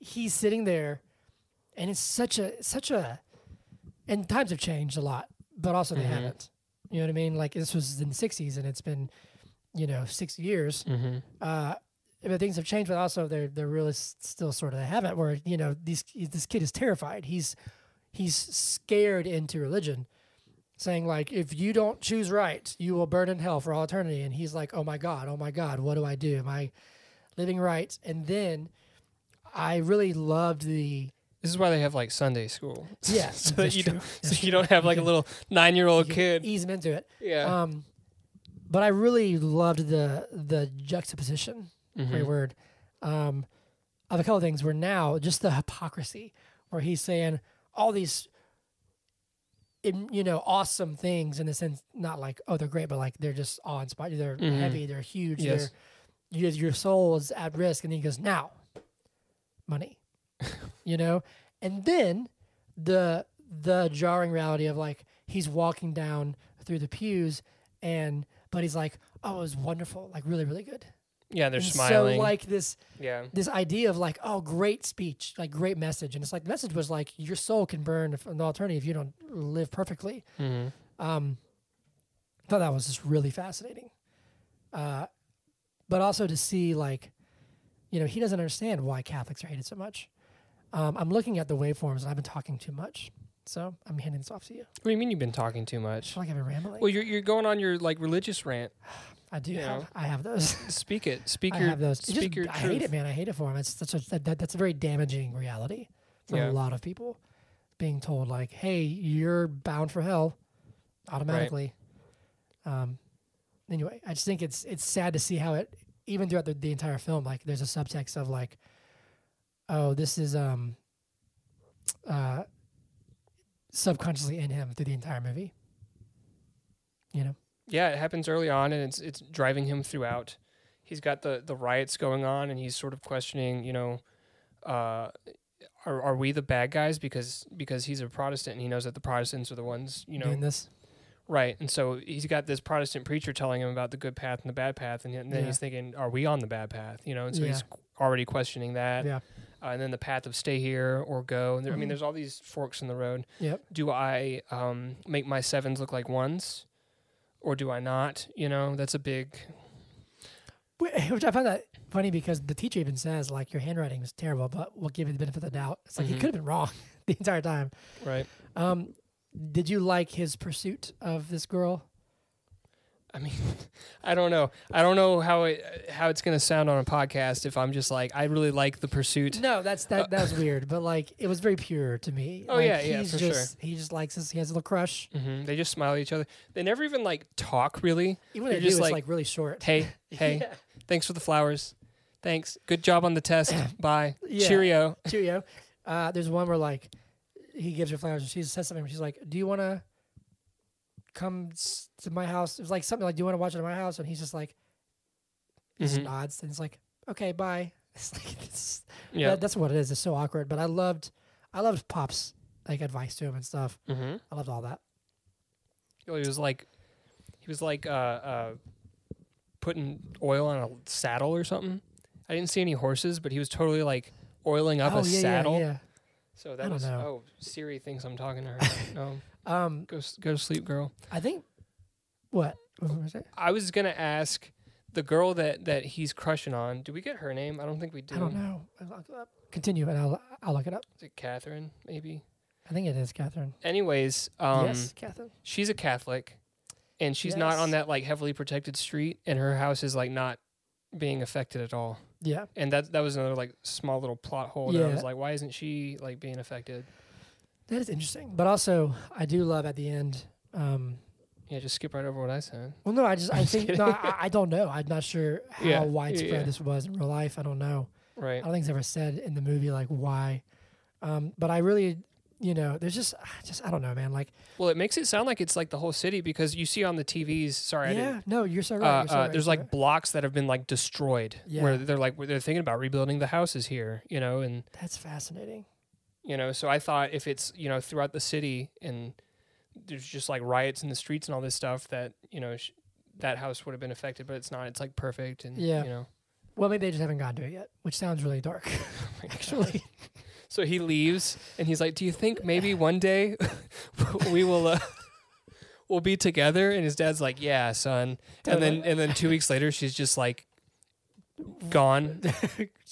S2: he's sitting there,
S1: Mm-hmm.
S2: and it's such a such a. And times have changed a lot, but also they haven't. You know what I mean? Like this was in the '60s, and it's been, you know, six years.
S1: Mm-hmm.
S2: Uh, but things have changed, but also they're they're really s- still sort of they haven't. Where you know these this kid is terrified. He's he's scared into religion, saying like, if you don't choose right, you will burn in hell for all eternity. And he's like, oh my god, oh my god, what do I do? Am I living right? And then I really loved the
S1: This is why they have like Sunday school.
S2: Yeah,
S1: so that
S2: that's
S1: you
S2: true.
S1: don't, so you don't have like a little nine year old
S2: you
S1: kid.
S2: ease him e-, into it.
S1: Yeah.
S2: Um, but I really loved the the juxtaposition.
S1: Mm-hmm.
S2: Great word. Um, of a couple of things where now just the hypocrisy, where he's saying all these, im- you know, awesome things in the sense not like oh they're great, but like they're just awe inspiring. They're
S1: Mhm.
S2: heavy. They're huge.
S1: Yes.
S2: They're, you, your soul is at risk, and then he goes now, money, you know, and then the the jarring reality of like he's walking down through the pews and but he's like oh it was wonderful like really really good
S1: yeah, they're
S2: And
S1: smiling.
S2: so like this
S1: yeah.
S2: this idea of like oh great speech like great message and it's like the message was like your soul can burn from the alternative if you don't live perfectly
S1: Mm-hmm.
S2: um I thought that was just really fascinating uh but also to see like you know he doesn't understand why catholics are hated so much um, i'm looking at the waveforms and i've been talking too much so i'm handing this off to you
S1: What do you mean you've been talking too much?
S2: feel like I've been rambling.
S1: Well, you're, you're going on your like religious rant.
S2: I do.
S1: you know.
S2: Have, I have those.
S1: Speak it. Speak
S2: I
S1: your.
S2: have those. It just-
S1: Speak your
S2: I
S1: truth.
S2: hate it, man. I hate it for him. It's such a that, that- that's a very damaging reality for
S1: Yeah.
S2: a lot of people. Being told like, "Hey, you're bound for hell," automatically. Um. Anyway, I just think it's it's sad to see how it even throughout the, the entire film. Like, there's a subtext of like, "Oh, this is um." Uh. Subconsciously in him through the entire movie. You know.
S1: Yeah, it happens early on, and it's it's driving him throughout. He's got the the riots going on, and he's sort of questioning, you know, uh, are are we the bad guys because because he's a Protestant and he knows that the Protestants are the ones, you know,
S2: doing this.
S1: Right, and so he's got this Protestant preacher telling him about the good path and the bad path, and then
S2: Yeah.
S1: he's thinking, "Are we on the bad path?" You know, and so he's
S2: Yeah.
S1: qu- already questioning that.
S2: Yeah.
S1: Uh, and then the path of stay here or go. And there, I mean,
S2: Mhm.
S1: there's all these forks in the road.
S2: Yep.
S1: Do I um, make my sevens look like ones, or do I not? You know, that's a big.
S2: Wh- Which I found that funny because the teacher even says like your handwriting was terrible, but we'll give you the benefit of the doubt. It's like
S1: Mhm.
S2: he could have been wrong the entire time.
S1: Right.
S2: Um, did you like his pursuit of this girl?
S1: I mean, I don't know. I don't know how it how it's gonna sound on a podcast if I'm just like, I really like the pursuit.
S2: No, that's that that was weird, but like it was very pure to me.
S1: Uh, Oh,
S2: Like,
S1: yeah, yeah,
S2: he's
S1: for sure.
S2: just, He just likes this. He has a little crush.
S1: hmm They just smile at each other. They never even like talk really.
S2: Even when
S1: They're
S2: they do,
S1: just
S2: it's
S1: like-
S2: like really short.
S1: Hey, hey.
S2: Yeah.
S1: Thanks for the flowers. Thanks. Good job on the test. Bye.
S2: Yeah.
S1: Cheerio.
S2: Cheerio. Uh, there's one where like he gives her flowers and she says something. and She's like, "Do you want to come s- to my house?" It was like something like, "Do you want to watch it at my house?" And he's just like, he just
S1: Mhm.
S2: nods and he's like, "Okay, bye." It's like it's,
S1: Yeah.
S2: that- that's what it is. It's so awkward. But I loved, I loved Pop's like advice to him and stuff.
S1: mm-hmm.
S2: I loved all that.
S1: He was like, he was like uh, uh, putting oil on a saddle or something. I didn't see any horses, but he was totally like oiling up a
S2: Oh, yeah,
S1: saddle.
S2: yeah,
S1: So
S2: I
S1: that
S2: don't
S1: was
S2: know.
S1: oh Siri thinks I'm talking to her. no,
S2: yeah. Um,
S1: go s- go to sleep, girl.
S2: I think what. what was it?
S1: I was gonna ask the girl that that he's crushing on. Do we get her name? I don't think we do.
S2: I don't know. I'll look it up. Continue, and I'll I'll look it up.
S1: Is it Catherine? Maybe.
S2: I think it is Catherine.
S1: Anyways, um,
S2: yes, Catherine.
S1: she's a Catholic, and she's not on
S2: Yes.
S1: that like heavily protected street, and her house is like not being affected at all.
S2: Yeah.
S1: And that that was another like small little plot hole. That I
S2: Yeah.
S1: was like, why isn't she like being affected?
S2: That is interesting. But also, I do love at the end. Um,
S1: Yeah, just skip right over what I said.
S2: well, no, I just I
S1: Just
S2: think
S1: kidding.
S2: no, I, I don't know. I'm not sure how
S1: Yeah,
S2: widespread
S1: yeah.
S2: this was in real life. I don't know. I
S1: Right.
S2: don't think it's ever said in the movie like why. Um, but I really, you know, there's just I just I don't know, man. Like
S1: Well, it makes it sound like it's like the whole city because you see on the TVs. Sorry, I didn't.
S2: yeah, no, you're so
S1: Uh,
S2: right. you're so
S1: uh,
S2: right,
S1: there's
S2: you're
S1: like
S2: right.
S1: blocks that have been like destroyed, where
S2: Yeah.
S1: they're like where they're thinking about rebuilding the houses here, you know, and
S2: that's fascinating.
S1: you know so i thought if it's you know throughout the city and there's just like riots in the streets and all this stuff that you know sh- that house would have been affected but it's not it's like perfect and
S2: Yeah.
S1: you know
S2: Well, maybe they just haven't gotten to it yet, which sounds really dark, actually.
S1: so he leaves and he's like do you think maybe one day we will uh, we'll be together." And his dad's like, "Yeah, son." And then and then two weeks later, she's just like gone.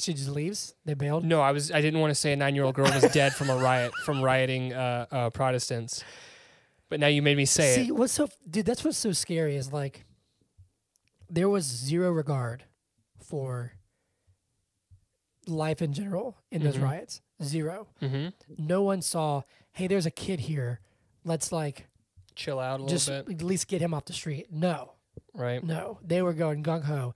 S2: she just leaves. They bailed.
S1: No, I was I didn't want to say a nine year old girl was dead from a riot from rioting uh, uh, Protestants, but now you made me say
S2: See,
S1: it.
S2: what's so dude? That's what's so scary is like there was zero regard for life in general in those
S1: Mhm.
S2: riots. Zero.
S1: hmm
S2: No one saw. Hey, there's a kid here. Let's like
S1: Chill out a
S2: just
S1: little bit,
S2: at least get him off the street. No,
S1: right?
S2: no, they were going gung ho.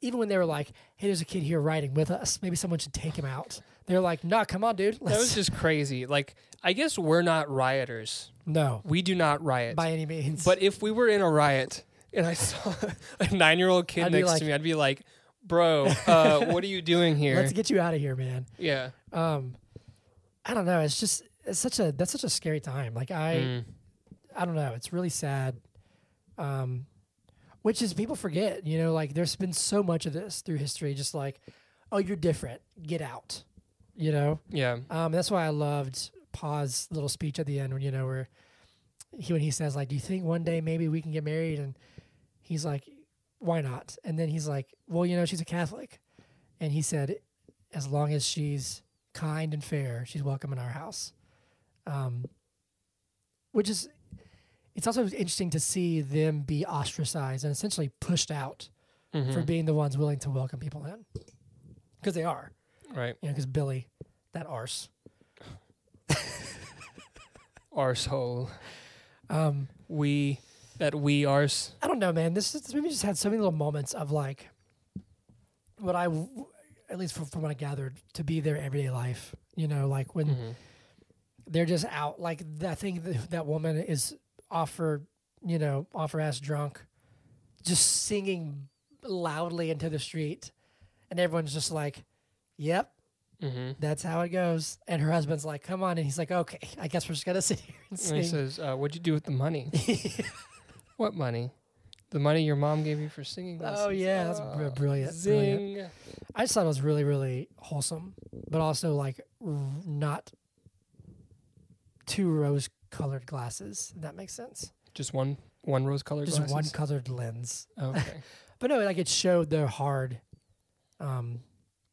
S2: Even when they were like, "Hey, there's a kid here riding with us. Maybe someone should take him out." They're like, "No, come on, dude.
S1: That
S2: Let's
S1: was just crazy. Like I guess we're not rioters.
S2: no
S1: We do not riot.
S2: by any means."
S1: But if we were in a riot and I saw a nine year old kid
S2: I'd be
S1: next
S2: like-
S1: to me, I'd be like, "Bro, uh, what are you doing here?"
S2: let's get you out of here, man.
S1: yeah.
S2: um i don't know it's just it's such a that's such a scary time like i
S1: Mm.
S2: i don't know it's really sad um which is people forget you know like there's been so much of this through history just like oh you're different get out you know
S1: Yeah.
S2: um that's why i loved pa's little speech at the end when you know where he when he says like do you think one day maybe we can get married and he's like why not and then he's like well you know she's a catholic and he said as long as she's kind and fair she's welcome in our house um which is it's also interesting to see them be ostracized and essentially pushed out
S1: Mhm.
S2: for being the ones willing to welcome people in because they are
S1: Right.
S2: you know because billy that arse
S1: Arsehole.
S2: um
S1: We that we arse.
S2: I don't know, man. This this movie just had so many little moments of like what I, w- at least from, from what I gathered, to be their everyday life. You know, like when
S1: Mhm.
S2: they're just out. Like I think that, that woman is off her, you know, off her ass drunk, just singing loudly into the street, and everyone's just like, "Yep,
S1: Mhm.
S2: that's how it goes." And her husband's like, "Come on," and he's like, "Okay, I guess we're just gonna sit here and
S1: And he
S2: sing."
S1: says, uh, "What'd you do with the money? what money? The money your mom gave you for singing lessons."
S2: oh yeah, that's
S1: Ah,
S2: br- brilliant. brilliant.
S1: Zing.
S2: I just thought it was really, really wholesome, but also like r- not two rose colored glasses. If that makes sense.
S1: Just one one rose colored
S2: Just one
S1: glasses?
S2: colored lens.
S1: okay.
S2: But no, like it showed the hard um,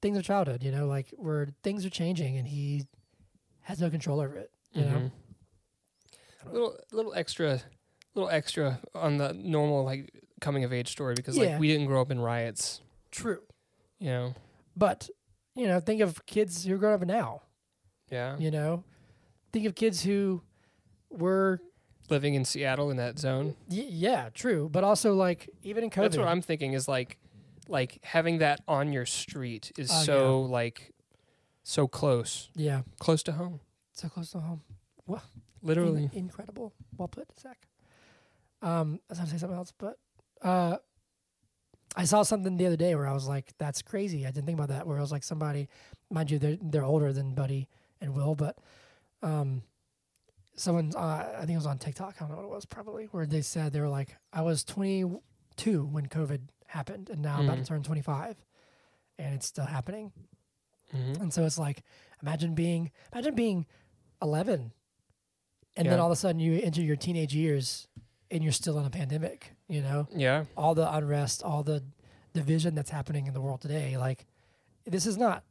S2: things of childhood, you know, like where things are changing and he has no control over it, you know?
S1: Mhm. Little little extra little extra on the normal like coming of age story because
S2: Yeah.
S1: like we didn't grow up in riots,
S2: True.
S1: you know.
S2: But, you know, think of kids who are growing up now,
S1: Yeah.
S2: you know? Think of kids who were,
S1: Living in Seattle in that zone.
S2: y- yeah, true, but also like even in COVID.
S1: That's what I'm thinking is like like having that on your street is
S2: Oh,
S1: so like so close.
S2: yeah.
S1: Close to home.
S2: So close to home.
S1: Literally.
S2: In- incredible. Well put, Zach. Um, I was gonna say something else, but uh, I saw something the other day where I was like, "That's crazy." I didn't think about that. Where I was like, somebody, mind you, they're they're older than Buddy and Will, but um, someone's uh, I think it was on TikTok. I don't know what it was, probably where they said they were like, "I was 22 when COVID happened, and now I'm about to
S1: Mhm.
S2: turn 25, and it's still happening."
S1: Mhm.
S2: And so it's like, imagine being, imagine being 11, and then
S1: Yeah.
S2: all of a sudden you enter your teenage years, and you're still in a pandemic. You know,
S1: Yeah.
S2: all the unrest, all the division that's happening in the world today. Like, this is not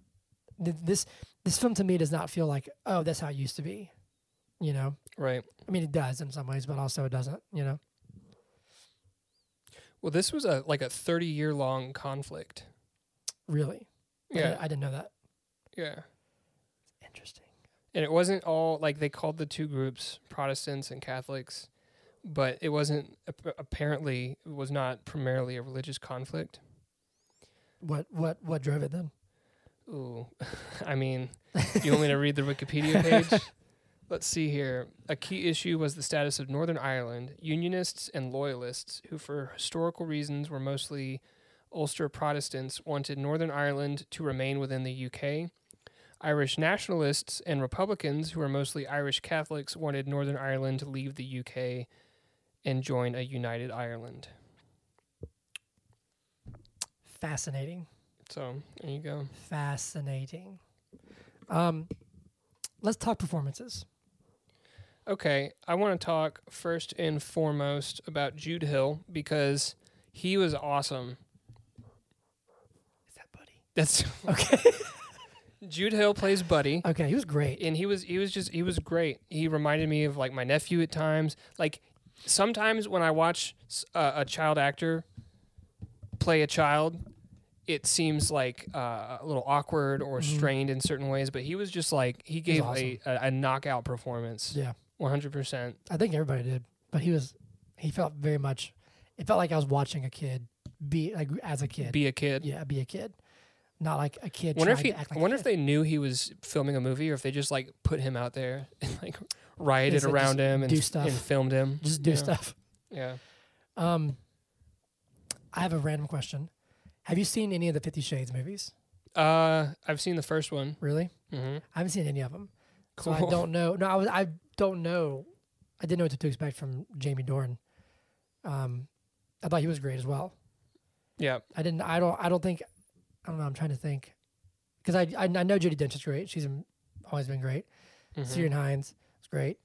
S2: th- this this film to me does not feel like oh that's how it used to be. You know,
S1: Right.
S2: I mean it does in some ways, but also it doesn't. You know,
S1: Well, this was a like a 30 year long conflict.
S2: really. I
S1: Yeah.
S2: didn't- I didn't know that.
S1: Yeah.
S2: Interesting.
S1: and it wasn't all like they called the two groups protestants and catholics but it wasn't ap- apparently it was not primarily a religious conflict
S2: What what what drove it then?
S1: ooh i mean you want me to read the wikipedia page let's see here a key issue was the status of northern ireland unionists and loyalists who for historical reasons were mostly ulster protestants wanted northern ireland to remain within the uk Irish nationalists and Republicans, who are mostly Irish Catholics, wanted Northern Ireland to leave the UK and join a united Ireland.
S2: Fascinating.
S1: So there you go.
S2: Fascinating. Um, let's talk performances.
S1: Okay, I want to talk first and foremost about Jude Hill because he was awesome.
S2: Is that buddy?
S1: That's
S2: Okay.
S1: Jude Hill plays Buddy.
S2: okay, he was great.
S1: and he was he was just he was great. He reminded me of like my nephew at times. Like sometimes when I watch s- a, a child actor play a child, it seems like uh, a little awkward or strained in certain ways. But he was just like he
S2: was
S1: gave
S2: Mm-hmm. awesome.
S1: a, a, a knockout performance,
S2: Yeah.
S1: one hundred percent.
S2: I think everybody did, but he was he felt very much. It felt like I was watching a kid be like as a kid.
S1: Be a kid.
S2: yeah, be a kid, not like a kid.
S1: Wonder if
S2: trying
S1: he,
S2: to act like
S1: wonder
S2: a
S1: if they knew he was filming a movie, or if they just like put him out there and like rioted
S2: said,
S1: around
S2: "Just
S1: him and,
S2: do
S1: f-
S2: stuff."
S1: and filmed him.
S2: just do
S1: Yeah.
S2: stuff.
S1: Yeah,
S2: Um, I have a random question. Have you seen any of the Fifty Shades movies?
S1: uh, I've seen the first one.
S2: Really?
S1: hmm
S2: I haven't seen any of them,
S1: Cool.
S2: so I don't know. No, I was I don't know. I didn't know what to expect from Jamie Dornan. Um, I thought he was great as well.
S1: Yeah.
S2: I didn't. I don't. I don't think. I don't know. I'm trying to think, because I, I I know Judi Dench is great. She's m- always been great.
S1: Mhm.
S2: Syrian Hines is great.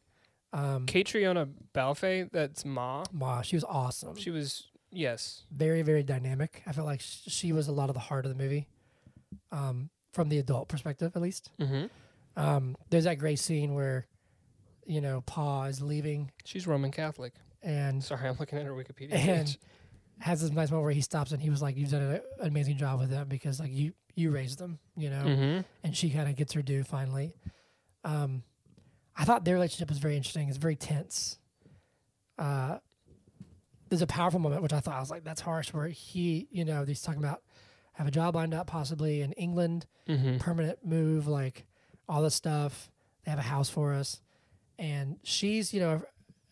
S2: Um,
S1: Catriona Balfe, that's Ma.
S2: Ma, she was awesome.
S1: She was yes.
S2: very very dynamic. I felt like sh- she was a lot of the heart of the movie, um, from the adult perspective at least.
S1: Mm-hmm.
S2: Um, there's that great scene where, you know, Pa is leaving
S1: She's Roman Catholic.
S2: and
S1: Sorry, I'm looking at her Wikipedia
S2: And-
S1: page.
S2: has this nice moment where he stops and he was like, "You've done an amazing job with them because like you you raised them, you know."
S1: Mm-hmm.
S2: and she kind of gets her due finally. Um, I thought their relationship was very interesting. It's very tense. Uh, there's a powerful moment which I thought I was like, "That's harsh." Where he, you know, he's talking about have a job lined up possibly in England,
S1: Mm-hmm.
S2: permanent move, like all this stuff. They have a house for us, and she's, you know,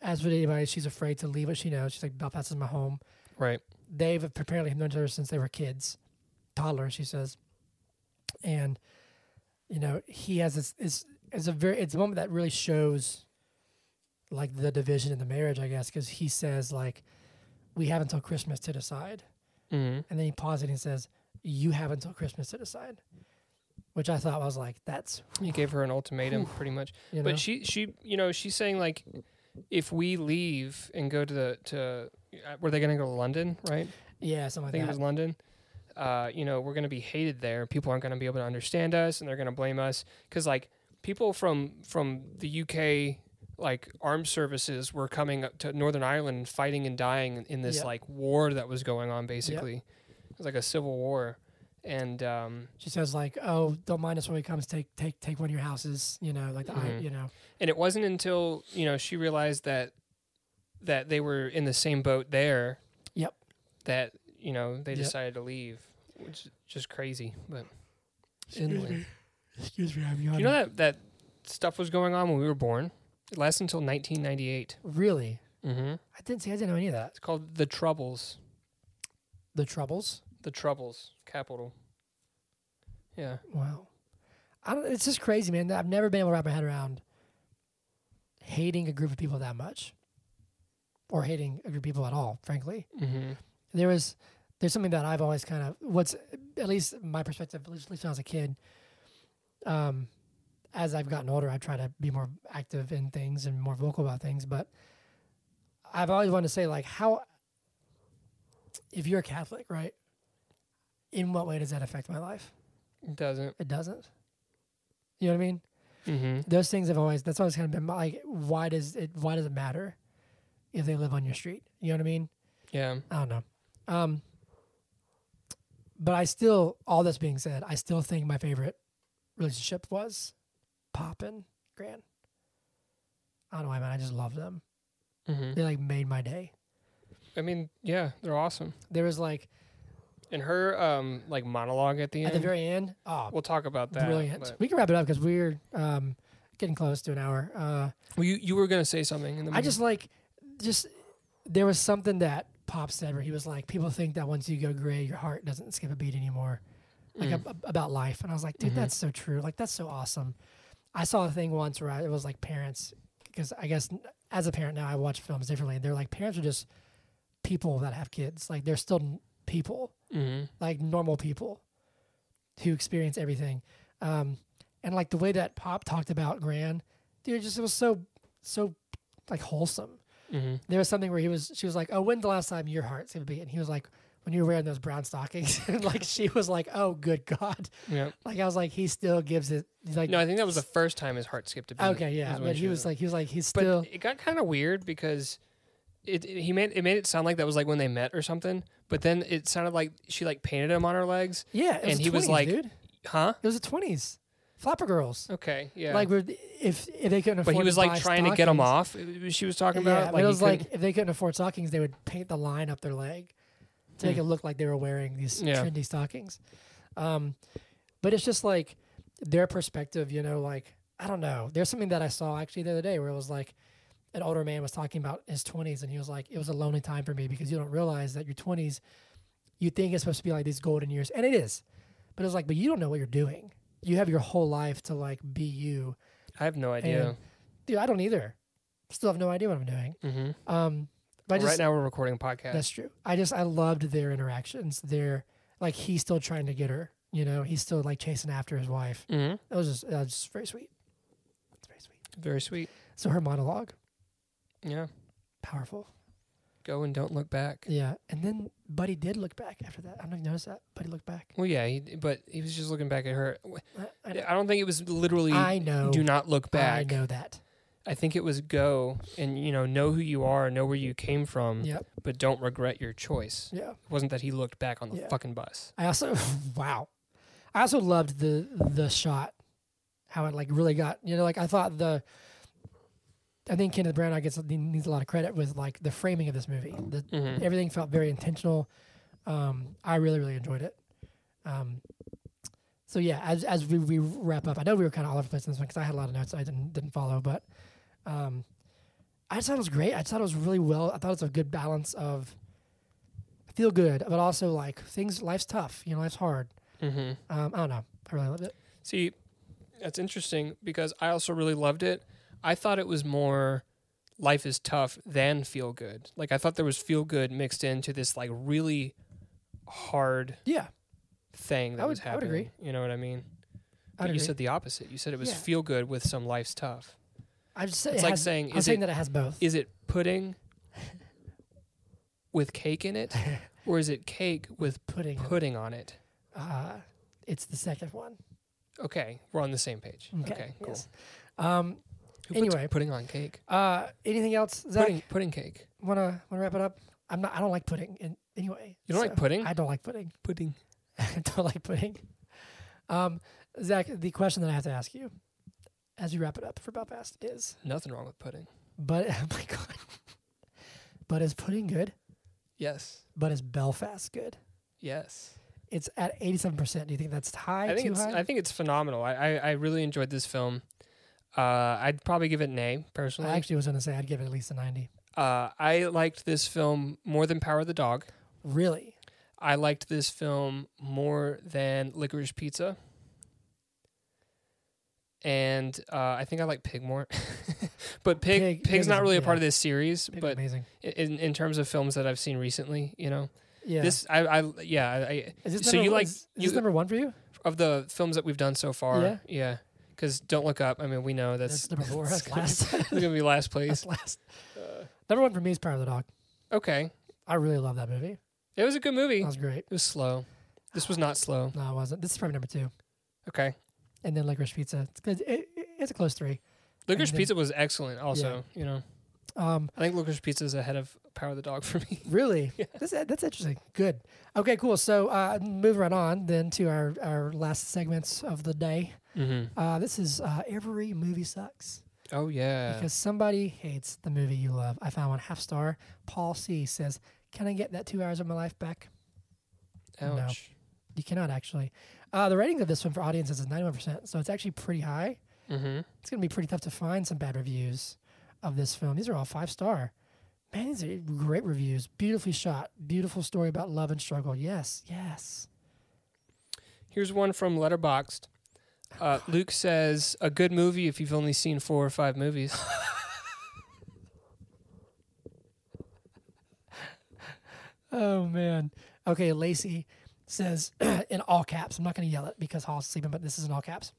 S2: as with anybody, she's afraid to leave what she knows. She's like, "Belfast is my home."
S1: Right.
S2: they've apparently known each other since they were kids, toddlers, she says. And, you know, he has this is it's a very it's a moment that really shows like the division in the marriage, I guess, because he says like, We have until Christmas to decide.
S1: Mm-hmm.
S2: And then he pauses and he says, You have until Christmas to decide. Which I thought was like, that's
S1: He gave her an ultimatum, pretty much.
S2: you know
S1: But she, she, you know, she's saying like, if we leave and go to the to, uh, were they going to go to London? Right.
S2: Yeah, something
S1: I
S2: like
S1: think
S2: that.
S1: it was London. Uh, you know, we're going to be hated there. People aren't going to be able to understand us, and they're going to blame us because like people from from the UK like armed services were coming up to Northern Ireland, fighting and dying in this
S2: Yep.
S1: like war that was going on. Basically, it was like a civil war, and um,
S2: she says like, "Oh, don't mind us when we come. Take take take one of your houses. You know, like the I
S1: Mhm.
S2: you know,
S1: and it wasn't until you know she realized that that they were in the same boat there.
S2: Yep.
S1: That you know they
S2: Yep.
S1: decided to leave, which is just crazy, but. Anyway.
S2: excuse me, I'm
S1: Do
S2: yawning.
S1: you know that that stuff was going on when we were born? It lasted until 1998.
S2: really,
S1: Mm-hmm.
S2: I didn't see. I didn't know any of that.
S1: It's called the Troubles.
S2: The Troubles.
S1: The Troubles, capital. Yeah,
S2: Wow. I don't, it's just crazy, man. I've never been able to wrap my head around hating a group of people that much, or hating a group of people at all. Frankly,
S1: mm-hmm.
S2: there was there's something that I've always kind of what's at least my perspective, at least, at least when I was a kid. Um, as I've gotten older, I try to be more active in things and more vocal about things. But I've always wanted to say, like, how if you're a Catholic, right? In what way does that affect my life?
S1: it doesn't.
S2: it doesn't. You know what I mean?
S1: Mm-hmm.
S2: Those things have always that's always kind of been my- like why does it why does it matter if they live on your street? You know what I mean?
S1: Yeah,
S2: I don't know. Um but I still all this being said, I still think my favorite relationship was Pop and Gran. I don't know why man, I just love them.
S1: mm-hmm.
S2: They like made my day.
S1: I mean, yeah, they're awesome.
S2: There was like
S1: And her um like monologue at the end.
S2: at the very end, oh
S1: we'll talk about that.
S2: brilliant.
S1: but-
S2: We can wrap it up because we're um getting close to an hour. Uh
S1: Well, you you were gonna say something. In the
S2: I just like, just there was something that Pop said where he was like, people think that once you go gray, your heart doesn't skip a beat anymore,
S1: Mm.
S2: like ab- ab- about life. And I was like, dude,
S1: Mhm.
S2: that's so true. Like that's so awesome. I saw a thing once where I, it was like parents, because I guess n- as a parent now I watch films differently, and they're like parents are just people that have kids. Like they're still n- people
S1: mm-hmm.
S2: like normal people who experience everything. Um, and like the way that Pop talked about Gran, dude, it just it was so so like wholesome.
S1: Mm-hmm.
S2: There was something where he was, she was like, "Oh, when's the last time your heart's gonna beat?" And he was like, "When you were wearing those brown stockings." and like she was like, "Oh, good God!"
S1: Yeah.
S2: Like I was like, he still gives it. He's like,
S1: No, I think that was the first time his heart skipped a beat.
S2: okay, yeah.
S1: is when
S2: But
S1: she
S2: he was like, he was like, he's
S1: but
S2: still.
S1: it got kind of weird because it, it- he made it made it sound like that was like when they met or something. But then it sounded like she like painted him on her legs,
S2: yeah, it was
S1: and
S2: the
S1: he was
S2: 20s,
S1: like-
S2: dude.
S1: huh?
S2: It was the twenties. Flapper girls.
S1: Okay, yeah.
S2: Like we're, if, if they couldn't afford
S1: but he was
S2: to
S1: like
S2: buy
S1: trying to get him
S2: stockings-
S1: off. uh, She was talking
S2: yeah,
S1: about
S2: but it
S1: he
S2: was like
S1: couldn't-
S2: if they couldn't afford stockings, they would paint the line up their leg to make
S1: Hmm.
S2: it look like they were wearing these
S1: Yeah.
S2: trendy stockings. Um, but it's just like their perspective, you know, like I don't know. There's something that I saw actually the other day where it was like an older man was talking about his 20s and he was like, it was a lonely time for me because you don't realize that your 20s, you think it's supposed to be like these golden years, and it is. But it's like, but you don't know what you're doing. You have your whole life to like be you.
S1: I have no idea.
S2: Dude, I don't either. Still have no idea what I'm doing.
S1: hmm
S2: Um, but I just,
S1: right now we're recording a podcast.
S2: that's true. I just I loved their interactions. Their like he's still trying to get her. You know, he's still like chasing after his wife.
S1: hmm
S2: That was just that was just very sweet. It's very sweet.
S1: Very sweet.
S2: So her monologue,
S1: Yeah.
S2: powerful.
S1: Go and don't look back.
S2: Yeah, and then Buddy did look back after that. I don't know if you noticed that. Buddy looked back.
S1: Well, yeah, he, but he was just looking back at her.
S2: I, I,
S1: I don't think it was literally
S2: I know.
S1: do not look back.
S2: I know that.
S1: I think it was go and you know know who you are, know where you came from,
S2: Yep.
S1: but don't regret your choice.
S2: Yeah.
S1: It wasn't that he looked back on the
S2: Yeah.
S1: fucking bus.
S2: I also wow. I also loved the the shot, how it like really got you know like I thought the. I think Kenneth Branagh gets needs a lot of credit with like the framing of this movie. The,
S1: Mhm.
S2: Everything felt very intentional. Um, I really really enjoyed it. Um, so yeah, as as we, we wrap up, I know we were kind of all over the place in this one because I had a lot of notes I didn't didn't follow, but um, I just thought it was great. I just thought it was really well. I thought it was a good balance of feel good, but also like things. Life's tough, you know. Life's hard.
S1: Mm-hmm.
S2: Um, I don't know. I really loved it.
S1: See, that's interesting because I also really loved it. I thought it was more life is tough than feel good. Like I thought there was feel good mixed into this like really hard
S2: Yeah,
S1: thing that
S2: I
S1: was
S2: would- I would
S1: happening.
S2: agree.
S1: You know what I mean?
S2: I
S1: But you
S2: agree.
S1: said the opposite. You said it was
S2: Yeah.
S1: feel good with some life's tough.
S2: I just
S1: It's
S2: it
S1: like
S2: has-
S1: saying
S2: I'm
S1: is
S2: saying
S1: it
S2: that it has both.
S1: is it pudding with cake in it or is it cake with
S2: Pudding.
S1: pudding on it?
S2: Uh, it's the second one.
S1: Okay, we're on the same page. Mm, Okay,
S2: Okay.
S1: cool.
S2: yes. Um,
S1: Who puts
S2: Anyway.
S1: pudding on cake?
S2: uh, anything else, Zach?
S1: Pudding, pudding cake.
S2: Wanna wanna wrap it up? I'm not. I don't like pudding. In, anyway,
S1: You don't like pudding?
S2: I don't like pudding.
S1: Pudding.
S2: I don't like pudding. Um, Zach, the question that I have to ask you, as we wrap it up for Belfast, is
S1: Nothing wrong with pudding.
S2: but oh my god, but is pudding good?
S1: Yes.
S2: But is Belfast good?
S1: Yes.
S2: It's at eighty-seven percent. Do you think that's high?
S1: I think
S2: too
S1: it's
S2: high?
S1: I think it's phenomenal. I, I, I really enjoyed this film. Uh, I'd probably give it an A personally.
S2: I actually was gonna say I'd give it at least a ninety.
S1: uh, I liked this film more than Power of the Dog.
S2: Really?
S1: I liked this film more than Licorice Pizza. And uh, I think I like Pig more, but Pig,
S2: Pig- Pig
S1: Pig's
S2: is-
S1: not really a part
S2: yeah.
S1: of this series.
S2: Pig's
S1: But
S2: amazing.
S1: in, in terms of films that I've seen recently, you know,
S2: Yeah.
S1: this I, I yeah I- I,
S2: is this
S1: so
S2: number
S1: you
S2: one-
S1: like-
S2: is, is
S1: you-
S2: this number one for you?
S1: of the films that we've done so far.
S2: Yeah.
S1: yeah. Because Don't Look Up. I mean, we know that's
S2: That's, number four.
S1: that's
S2: That's last.
S1: it's gonna be last place.
S2: that's last.
S1: Uh,
S2: Number one for me is Power of the Dog.
S1: okay,
S2: I really love that movie.
S1: it was a good movie.
S2: That
S1: It
S2: was great.
S1: was slow. This was not slow.
S2: No, it wasn't. This is probably number two.
S1: Okay,
S2: And then Licorice Pizza. It's, good. It, it- it's a close three.
S1: Licorice
S2: then-
S1: Pizza was excellent. Also, you know,
S2: Um,
S1: I think Licorice Pizza is ahead of Power of the Dog for me.
S2: really?
S1: Yeah.
S2: That's, that's interesting. Good. Okay, cool. So uh, moving right on then to our, our last segments of the day.
S1: Mm-hmm.
S2: Uh, this is uh, Every Movie Sucks.
S1: Oh yeah.
S2: Because somebody hates the movie you love. I found one half star. Paul C says, Can I get that two hours of my life back? no.
S1: Ouch.
S2: You cannot actually. Uh, the ratings of this one for audiences is 91%, so it's actually pretty high.
S1: Mm-hmm.
S2: it's going to be pretty tough to find some bad reviews of this film. These are all five star. Man, these are great reviews. Beautifully shot. Beautiful story about love and struggle. Yes, yes.
S1: Here's one from Letterboxd. Uh, Luke says a good movie if you've only seen four or five movies.
S2: Oh man. Okay, Lacey says in all caps. I'm not going to yell it because Hall's sleeping, but this is in all caps.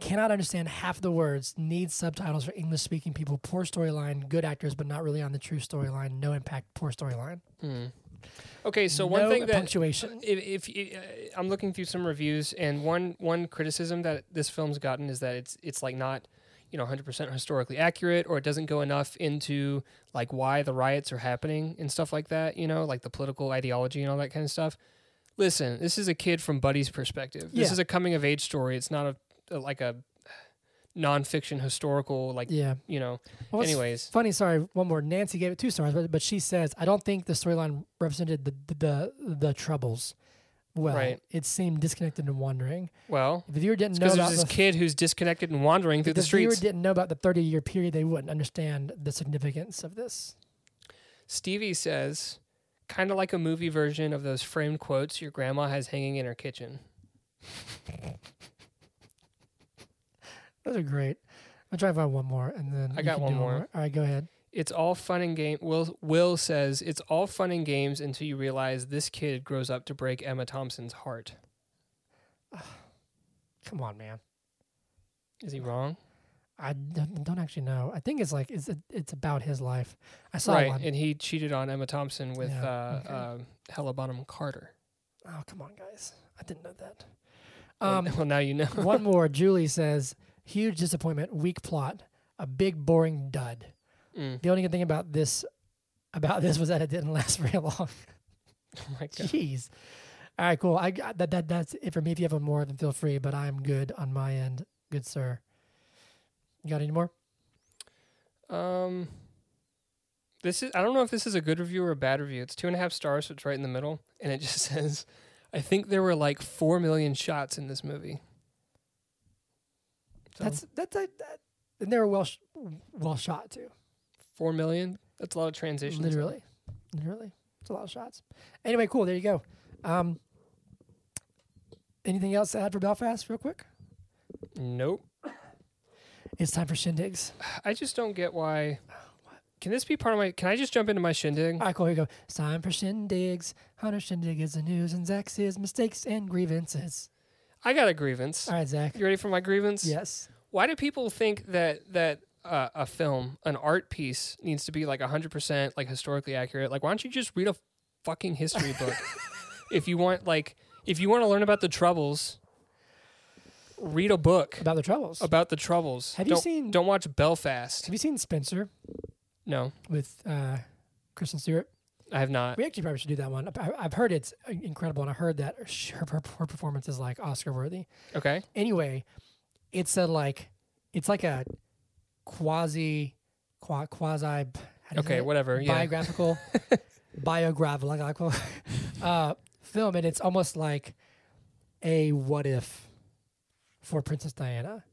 S2: Cannot understand half the words. Needs subtitles for English speaking people. Poor storyline. Good actors, but not really on the true storyline. No impact. Poor storyline.
S1: Hmm. Okay, so one
S2: No
S1: thing that
S2: punctuation.
S1: if, if uh, I'm looking through some reviews, and one one criticism that this film's gotten is that it's it's like not you know 100% historically accurate, or it doesn't go enough into like why the riots are happening and stuff like that. You know, like the political ideology and all that kind of stuff. Listen, this is a kid from Buddy's perspective. This
S2: Yeah.
S1: is a coming of age story. It's not a, a like a nonfiction historical like
S2: Yeah.
S1: you know.
S2: Well, what's
S1: Anyways,
S2: Funny, sorry. One more. Nancy gave it two stars, but, but she says I don't think the storyline represented the the the, the troubles. Well,
S1: Right.
S2: it seemed disconnected and wandering.
S1: well.
S2: If the viewer didn't know
S1: Because
S2: about
S1: there's
S2: the,
S1: this kid who's disconnected and wandering through
S2: if
S1: the
S2: the viewer
S1: streets.
S2: didn't know about the thirty year period, they wouldn't understand the significance of this.
S1: Stevie says, kind of like a movie version of those framed quotes your grandma has hanging in her kitchen.
S2: Those are great. I'll try to find one more, and then
S1: I
S2: you
S1: got
S2: can
S1: one
S2: do
S1: more.
S2: All right, go ahead.
S1: It's all fun and game. Will Will says it's all fun and games until you realize this kid grows up to break Emma Thompson's heart.
S2: Come on, man.
S1: Is he wrong?
S2: I don't, don't actually know. I think it's like it's it's about his life. I saw
S1: right,
S2: one.
S1: and he cheated on Emma Thompson with
S2: Yeah,
S1: uh,
S2: okay.
S1: uh, Hella Bonham Carter.
S2: oh, come on, guys. I didn't know that.
S1: Um,
S2: Um,
S1: well, now you know.
S2: One more. Julie says, huge disappointment, weak plot, a big boring dud.
S1: Mm,
S2: The only good thing about this about this was that it didn't last very long.
S1: oh my God.
S2: Jeez. All right, cool. I got that, that that's it for me. If you have a more, then feel free. But I'm good on my end. Good sir. You got any more?
S1: Um, this is I don't know if this is a good review or a bad review. It's two and a half stars, so it's right in the middle, and it just says, "I think there were like four million shots in this movie." So
S2: That's that's a, that, and they were well sh- well shot too.
S1: four million. That's a lot of transitions.
S2: Literally, literally, it's a lot of shots. Anyway, cool. There you go. Um, anything else to add for Belfast, real quick?
S1: Nope.
S2: It's time for shindigs.
S1: I just don't get why. Can this be part of my? Can I just jump into my shindig?
S2: All right, cool. Here we go. It's time for shindigs. Hunter Shindig is the news, and Zach's his mistakes and grievances.
S1: I got a grievance.
S2: All right, Zach.
S1: You ready for my grievance?
S2: Yes.
S1: Why do people think that that uh, a film, an art piece, needs to be like 100% like historically accurate? Like, why don't you just read a fucking history book if you want like if you want to learn about the troubles? Read a book
S2: About the troubles.
S1: about the troubles.
S2: Have you
S1: Don't-
S2: seen-
S1: Don't watch Belfast.
S2: Have you seen Spencer
S1: No,
S2: with uh, Kristen Stewart?
S1: I have not.
S2: We actually probably should do that one. I- I've heard it's incredible, and I heard that sh- her, her, her performance is like Oscar worthy.
S1: Okay.
S2: anyway, it's a like it's like a quasi qua, quasi how do you say
S1: Okay.
S2: it?
S1: Whatever. Yeah.
S2: biographical biographical uh, film, and it's almost like a what if for Princess Diana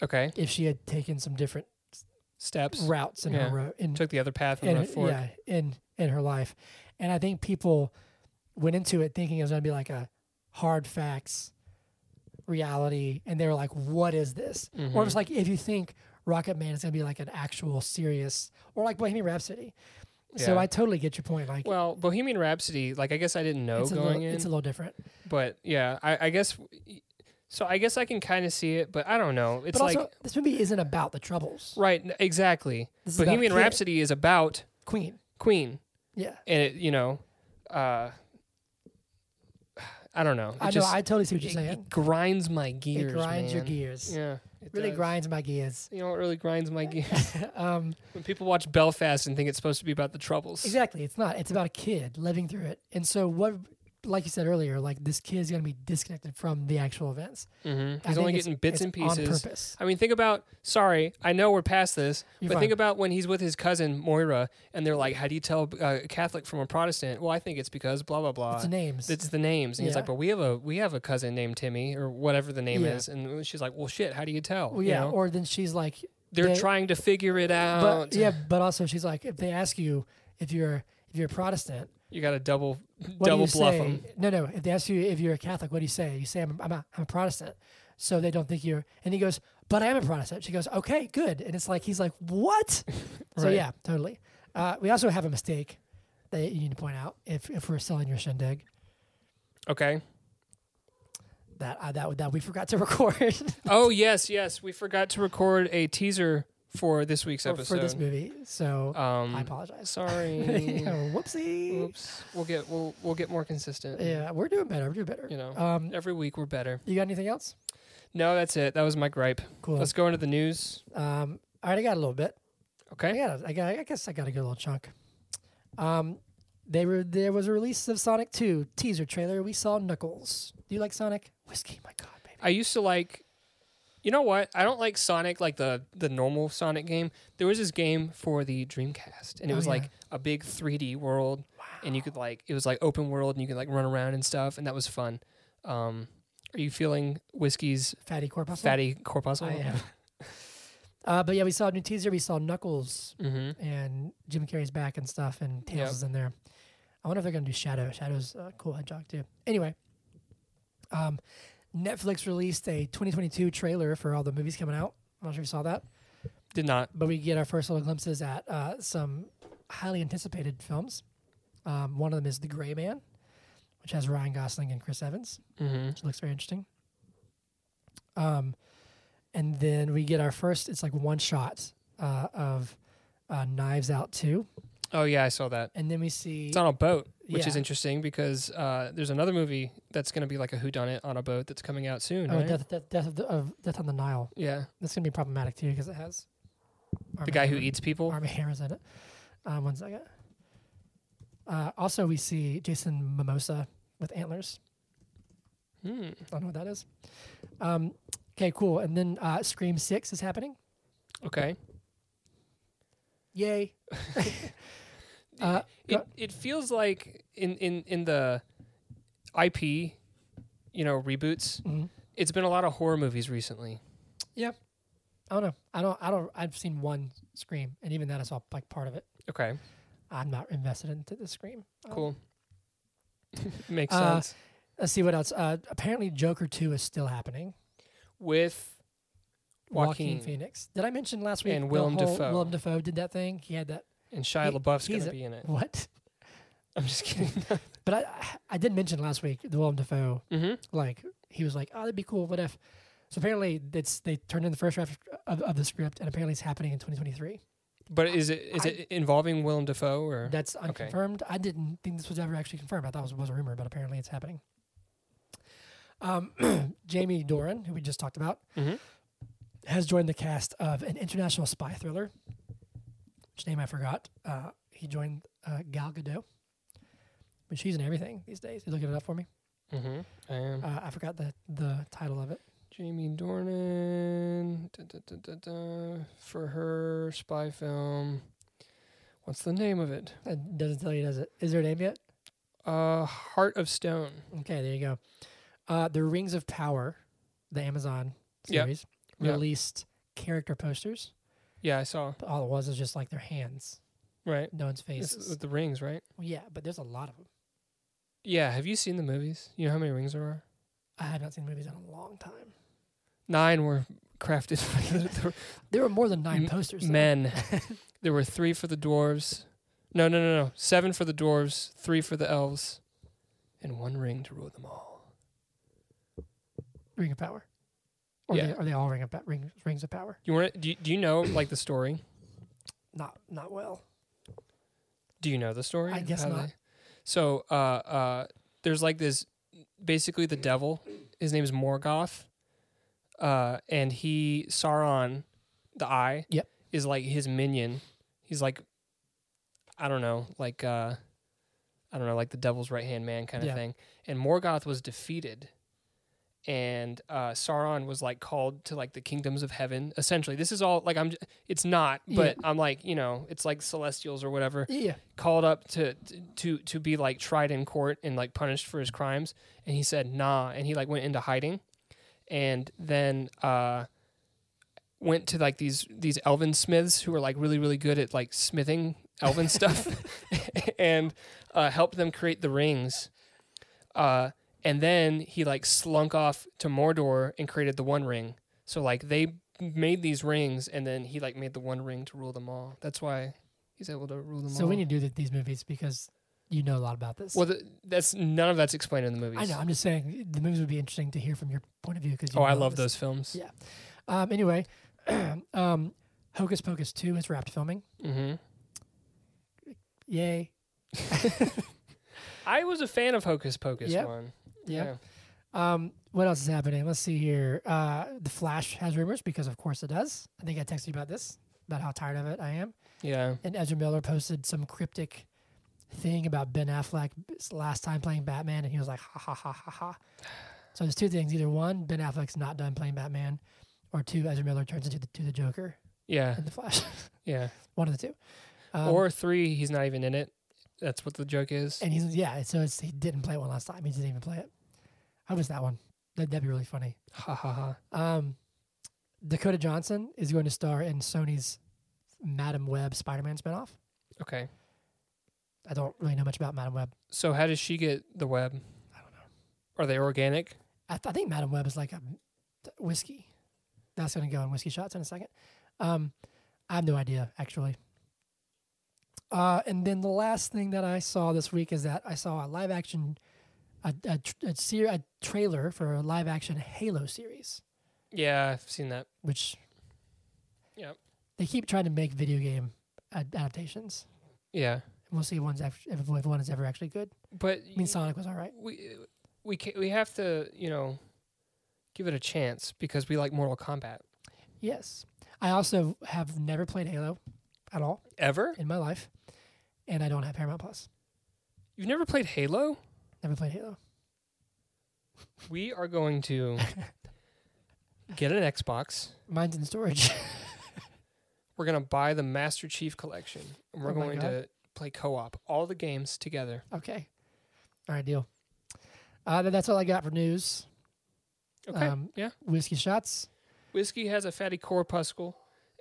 S1: okay.
S2: if she had taken some different
S1: Steps.
S2: routes in
S1: Yeah.
S2: her ro- in
S1: Took the other path and
S2: in
S1: left
S2: her,
S1: fork.
S2: yeah in in her life, and I think people went into it thinking it was gonna be like a hard facts reality, and they were like, "What is this?" Or
S1: Mm-hmm.
S2: it's like if you think Rocket Man is gonna be like an actual serious, or like Bohemian Rhapsody. So
S1: Yeah.
S2: I totally get your point. Like
S1: Well, Bohemian Rhapsody. Like, I guess I didn't know
S2: it's a
S1: going
S2: little,
S1: in.
S2: it's a little different,
S1: but yeah, I, I guess. So I guess I can kind of see it, but I don't know. It's
S2: but
S1: like
S2: also this movie isn't about the troubles.
S1: right, n- exactly.
S2: This is about
S1: Bohemian
S2: Queen.
S1: Rhapsody is about
S2: Queen,
S1: Queen,
S2: yeah,
S1: and it, you know, uh, I don't know. It
S2: I
S1: just,
S2: know. I totally see what
S1: it,
S2: you're
S1: it
S2: saying.
S1: grinds my gears.
S2: It grinds your
S1: man.
S2: gears.
S1: Yeah, it
S2: really
S1: does.
S2: grinds my gears.
S1: You know what really grinds my gears?
S2: um,
S1: when people watch Belfast and think it's supposed to be about the troubles.
S2: Exactly. It's not. It's about a kid living through it. And so what like you said earlier, like this kid is gonna be disconnected from the actual events.
S1: hmm
S2: I
S1: He's
S2: think
S1: only
S2: it's-
S1: getting bits
S2: it's
S1: and
S2: On
S1: pieces.
S2: purpose.
S1: I mean, think about. Sorry, I know we're past this,
S2: You're
S1: but
S2: fine.
S1: think about when he's with his cousin Moira, and they're like, "How do you tell uh, a Catholic from a Protestant?" Well, I think it's because blah blah blah.
S2: It's names.
S1: Uh, It's the names, and he's
S2: Yeah.
S1: like, "But we have a we have a cousin named Timmy or whatever the name
S2: Yeah.
S1: is," and she's like, "Well, shit, how do you tell?"
S2: well,
S1: You
S2: yeah.
S1: know? Oh,
S2: Or then she's like
S1: they're
S2: they-
S1: trying to figure it out.
S2: but, yeah, but also she's like, if they ask you if you're if you're a Protestant,
S1: you got to double
S2: what
S1: double
S2: do you
S1: bluff
S2: say?
S1: them.
S2: No, no. If they ask you if you're a Catholic, what do you say? You say I'm I'm a, I'm a Protestant, so they don't think you're. And he goes, but I am a Protestant. She goes, okay, good. And it's like he's like, what? So
S1: Right.
S2: yeah, totally. Uh, we also have a mistake that you need to point out if if we're selling your shindig.
S1: Okay,
S2: that uh, that that we forgot to record
S1: Oh yes, yes. We forgot to record a teaser for this week's
S2: for,
S1: episode.
S2: for this movie. So
S1: Um,
S2: I apologize.
S1: Sorry.
S2: Yeah, Whoopsie.
S1: Oops. We'll get we'll we'll get more consistent.
S2: Yeah, we're doing better. We're doing better.
S1: You know.
S2: Um,
S1: Every week we're better.
S2: you got anything else?
S1: No, that's it. That was my gripe.
S2: Cool.
S1: Let's go into the news.
S2: Um, all right, I got a little bit. I
S1: Okay.
S2: got. A, I got. I guess I got a good little chunk. Um, they were there was a release of Sonic Two teaser trailer. We saw Knuckles. Do you like Sonic? Whiskey, my God, baby.
S1: I used to like you know what? I don't like Sonic like the the normal Sonic game. There was this game for the Dreamcast and it
S2: Oh,
S1: was
S2: yeah.
S1: like a big 3D world and you could like it was like open world and you could like run around and stuff and that was fun. Um are you feeling whiskey's
S2: Fatty Corpuscle.
S1: fatty corpuscle?
S2: I am. uh, but yeah, we saw a new teaser. We saw Knuckles
S1: Mm-hmm.
S2: and Jim Carrey's back and stuff, and Tails
S1: Yep.
S2: is in there. I wonder if they're gonna do Shadow. Shadow's a cool hedgehog too. Anyway, um, Netflix released a 2022 trailer for all the movies coming out. I'm not sure if you saw that.
S1: Did not.
S2: but we get our first little glimpses at uh, some highly anticipated films. Um, one of them is The Gray Man, which has Ryan Gosling and Chris Evans,
S1: Mm-hmm.
S2: which looks very interesting. Um, and then we get our first, it's like one shot uh, of uh, Knives Out 2.
S1: Oh yeah, I saw that.
S2: And then we see,
S1: It's on a boat, which is
S2: Yeah.
S1: interesting because uh, there's another movie that's going to be like a whodunit on a boat that's coming out soon.
S2: oh,
S1: right?
S2: Death, Death, Death, of the, of Death on the Nile.
S1: yeah,
S2: That's going to be problematic too because it has
S1: the guy who eats people.
S2: Army Hammer's in it. Um, one second. Uh, also, we see Jason Mimosa with antlers.
S1: Hmm.
S2: I don't know what that is. Um, okay, cool. And then uh, Scream Six is happening.
S1: Okay,
S2: Yay! uh,
S1: it
S2: Go-
S1: it feels like in in in the IP, you know, reboots.
S2: mhm.
S1: It's been a lot of horror movies recently.
S2: I don't know. I don't. I don't. I've seen one Scream, and even that is all like part of it.
S1: Okay,
S2: I'm not invested into the Scream. Um,
S1: cool. Makes
S2: uh,
S1: sense.
S2: Let's see what else. Uh, apparently, Joker Two is still happening.
S1: With Joaquin,
S2: Phoenix. Did I mention last week?
S1: And
S2: the
S1: Willem
S2: whole-
S1: Dafoe.
S2: Willem Dafoe did that thing. He had that.
S1: and Shia
S2: He-
S1: LaBeouf's going
S2: he's
S1: to
S2: a-
S1: be in it.
S2: What?
S1: I'm just kidding.
S2: But I, I did mention last week the Willem Dafoe,
S1: mm-hmm.
S2: like he was like, "Oh, that'd be cool. What if?" So apparently, it's they turned in the first draft of, of the script, and apparently, it's happening in 2023.
S1: But is it is
S2: I-
S1: it involving Willem Dafoe or
S2: That's unconfirmed. I didn't think this was ever actually confirmed. I thought it was, was a rumor, but apparently, it's happening. Um, Jamie Doran, who we just talked about,
S1: Mhm.
S2: has joined the cast of an international spy thriller, which name I forgot. Uh, he joined uh, Gal Gadot, but she's in everything these days. You looking it up for me?
S1: Mm-hmm. I am.
S2: Uh, I forgot the the title of it.
S1: Jamie Dornan da, da, da, da, da, for her spy film. What's the name of it?
S2: It doesn't tell you, does it? Is there a name yet?
S1: Uh, Heart of Stone.
S2: Okay, there you go. Uh, the Rings of Power, the Amazon
S1: Yep.
S2: series,
S1: Yep.
S2: released character posters.
S1: Yeah, I saw.
S2: But all it was is just like their hands,
S1: Right,
S2: no one's
S1: it's uh,
S2: faces.
S1: with the rings, right?
S2: Well, yeah, but there's a lot of them.
S1: Yeah. Have you seen the movies? You know how many rings there are?
S2: I have not seen movies in a long time.
S1: Nine were crafted by the,
S2: There were more than nine
S1: M-
S2: posters.
S1: the
S2: though.
S1: men. there were three for the dwarves. No, no, no, no. Seven for the dwarves, three for the elves, and one ring to rule them all.
S2: Ring of Power. Or
S1: Yeah.
S2: they, are they all Ring of pa- Ring, Rings of Power?
S1: You want? Do you, do you know like the story?
S2: Not not well.
S1: Do you know the story?
S2: I
S1: of
S2: guess
S1: how
S2: not.
S1: so uh, uh, there's like this, basically the devil. His name is Morgoth, uh, and he Sauron, the Eye.
S2: Yep.
S1: Is like his minion. He's like, I don't know, like uh, I don't know, like the devil's right hand man kind of
S2: Yeah.
S1: thing. And Morgoth was defeated. And uh, Sauron was like called to like the kingdoms of heaven. Essentially, this is all like I'm. j- It's not, but I'm like you know, it's like celestials or whatever
S2: Yeah.
S1: called up to to to be like tried in court and like punished for his crimes and he said nah and he like went into hiding and then uh went to like these these elven smiths who were like really really good at like smithing elven stuff and uh helped them create the rings uh and then he like slunk off to Mordor and created the one ring so like they made these rings and then he like made the one ring to rule them all that's why he's able to rule them all
S2: So we need to do th- these movies because you know a lot about this.
S1: Well, th that's none of that's explained in the movies.
S2: I know. I'm just saying the movies would be interesting to hear from your point of view because
S1: Oh, I love those films.
S2: Yeah. Um, anyway, um, Hocus Pocus two has wrapped filming.
S1: hmm
S2: Yay!
S1: I was a fan of Hocus Pocus
S2: Yep.
S1: one.
S2: Yep. Um, what else is happening? Let's see here. Uh, the Flash has rumors because, of course, it does. I think I texted you about this about how tired of it I am.
S1: Yeah.
S2: And Ezra Miller posted some cryptic thing about Ben Affleck his last time playing Batman, and he was like, ha ha ha ha ha. So there's two things: either one, Ben Affleck's not done playing Batman, or two, Ezra Miller turns into the, to the Joker
S1: Yeah.
S2: in the Flash.
S1: Yeah.
S2: one of the two. Um,
S1: or three, he's not even in it. That's what the joke is.
S2: and he's yeah. So it's, he didn't play it one last time. He didn't even play it. I was that one. That, that'd be really funny.
S1: Ha ha ha.
S2: Um, Dakota Johnson is going to star in Sony's Madam Web Spider-Man spinoff.
S1: Okay.
S2: I don't really know much about Madam Web.
S1: So how does she get the web?
S2: I don't know.
S1: Are they organic?
S2: I, th- I think Madam Web is like a m- th- whiskey. That's going to go in whiskey shots in a second. Um, I have no idea actually. Uh, and then the last thing that I saw this week is that I saw a live action, a a, tr- a, ser- a trailer for a live action Halo series,
S1: Yeah, I've seen that.
S2: which
S1: Yep.
S2: they keep trying to make video game ad- adaptations.
S1: Yeah.
S2: We'll see if one's act- if if one is ever actually good.
S1: But
S2: I mean, Sonic was all right.
S1: we we ca we have to, you know, give it a chance because we like Mortal Kombat.
S2: Yes, I also have never played Halo at all
S1: Ever?
S2: in my life, and I don't have Paramount Plus.
S1: You've never played Halo?
S2: Never played Halo.
S1: We are going to get an Xbox.
S2: Mine's in storage.
S1: We're going to buy the Master Chief collection. And we're
S2: Oh my
S1: going
S2: God.
S1: to play co-op all the games together.
S2: okay, all right, deal. Uh, th- that's all I got for news.
S1: Okay.
S2: Um,
S1: yeah.
S2: Whiskey shots,
S1: Whiskey has a fatty corpuscle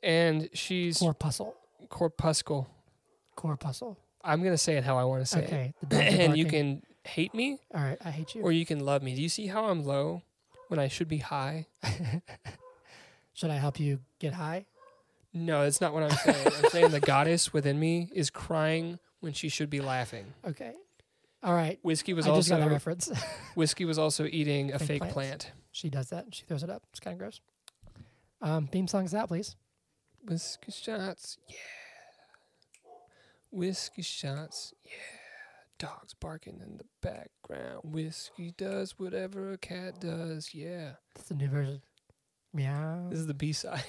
S1: and she's
S2: corpuscle,
S1: corpuscle.
S2: corpuscle.
S1: I'm going to say it how I want to say it.
S2: Okay, the dogs are
S1: and you
S2: barking.
S1: can hate me
S2: All right, I hate you.
S1: or you can love me. Do you see how I'm low when I should be high?
S2: Should I help you get high?
S1: No, that's not what I'm saying. I'm saying the goddess within me is crying when she should be laughing.
S2: Okay. All right.
S1: Whiskey was
S2: I just got that
S1: also
S2: reference.
S1: whiskey was also eating a
S2: Fake
S1: fake
S2: plants.
S1: plant.
S2: she does that. She throws it up. It's kind of gross. Um, theme song's out, please.
S1: Whiskey shots, yeah. Whiskey shots, yeah. Dogs barking in the background. Whiskey does whatever a cat does, yeah.
S2: It's the new version. Meow.
S1: This is the B side.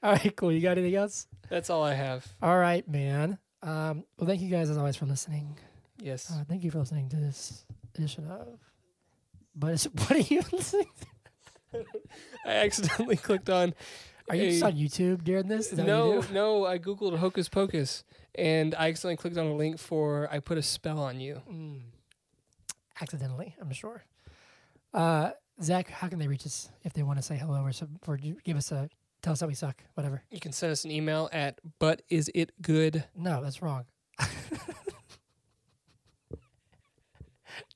S2: All right, cool. You got anything else?
S1: That's all I have.
S2: All right, man. Um, well, thank you guys as always for listening.
S1: Yes.
S2: Uh, thank you for listening to this edition of. But it's, what are you listening? to?
S1: I accidentally clicked on.
S2: Are you just
S1: a-
S2: on YouTube during this? Is that what you
S1: no,
S2: do?
S1: no, I googled Hocus Pocus and I accidentally clicked on a link for I put a spell on you.
S2: Mm. Accidentally, I'm sure. Uh, Zach, how can they reach us if they want to say hello or, some, or ju- give us a tell us that we suck? Whatever.
S1: You can send us an email at but is it good?
S2: No, that's wrong.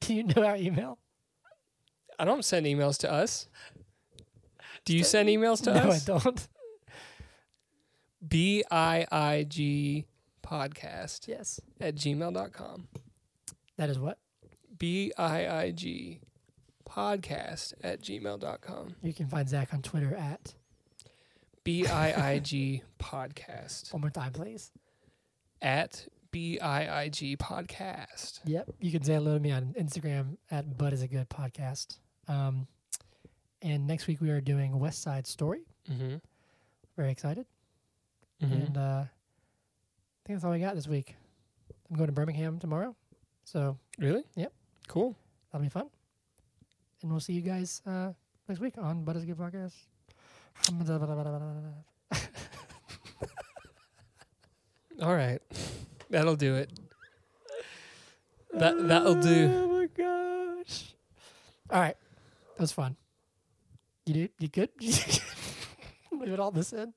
S2: do you know our email?
S1: I don't send emails to us. Do you send emails to
S2: no,
S1: us?
S2: I don't.
S1: B I I G podcast
S2: Yes.
S1: at gmail.com.
S2: That is what?
S1: B I I G podcast at gmail.com.
S2: You can find Zach on Twitter at
S1: B I I G podcast
S2: one more time, please.
S1: at B I I G podcast.
S2: Yep. You can say hello to me on Instagram at Bud is a good podcast. Um, and next week we are doing West Side Story.
S1: Mm-hmm.
S2: Very excited.
S1: Mhm.
S2: And uh, I think that's all I got this week. I'm going to Birmingham tomorrow, so
S1: Really?
S2: Yep.
S1: Cool.
S2: that'll be fun. And we'll see you guys uh, next week on Bud is a good podcast.
S1: All right. That'll do it. That that'll do.
S2: Oh my gosh! All right, that was fun. You did you good? Leave it all this in,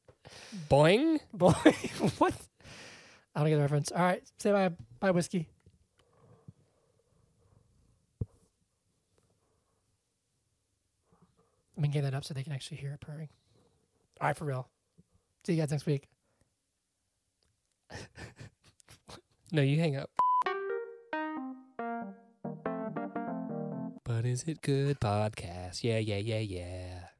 S1: Boing.
S2: boy. what? I don't get the reference. All right, say bye, bye, whiskey. I'm gonna get that up so they can actually hear it purring. All right, for real. See you guys next week.
S3: No, you hang up. But is it good podcast? Yeah, yeah, yeah, yeah.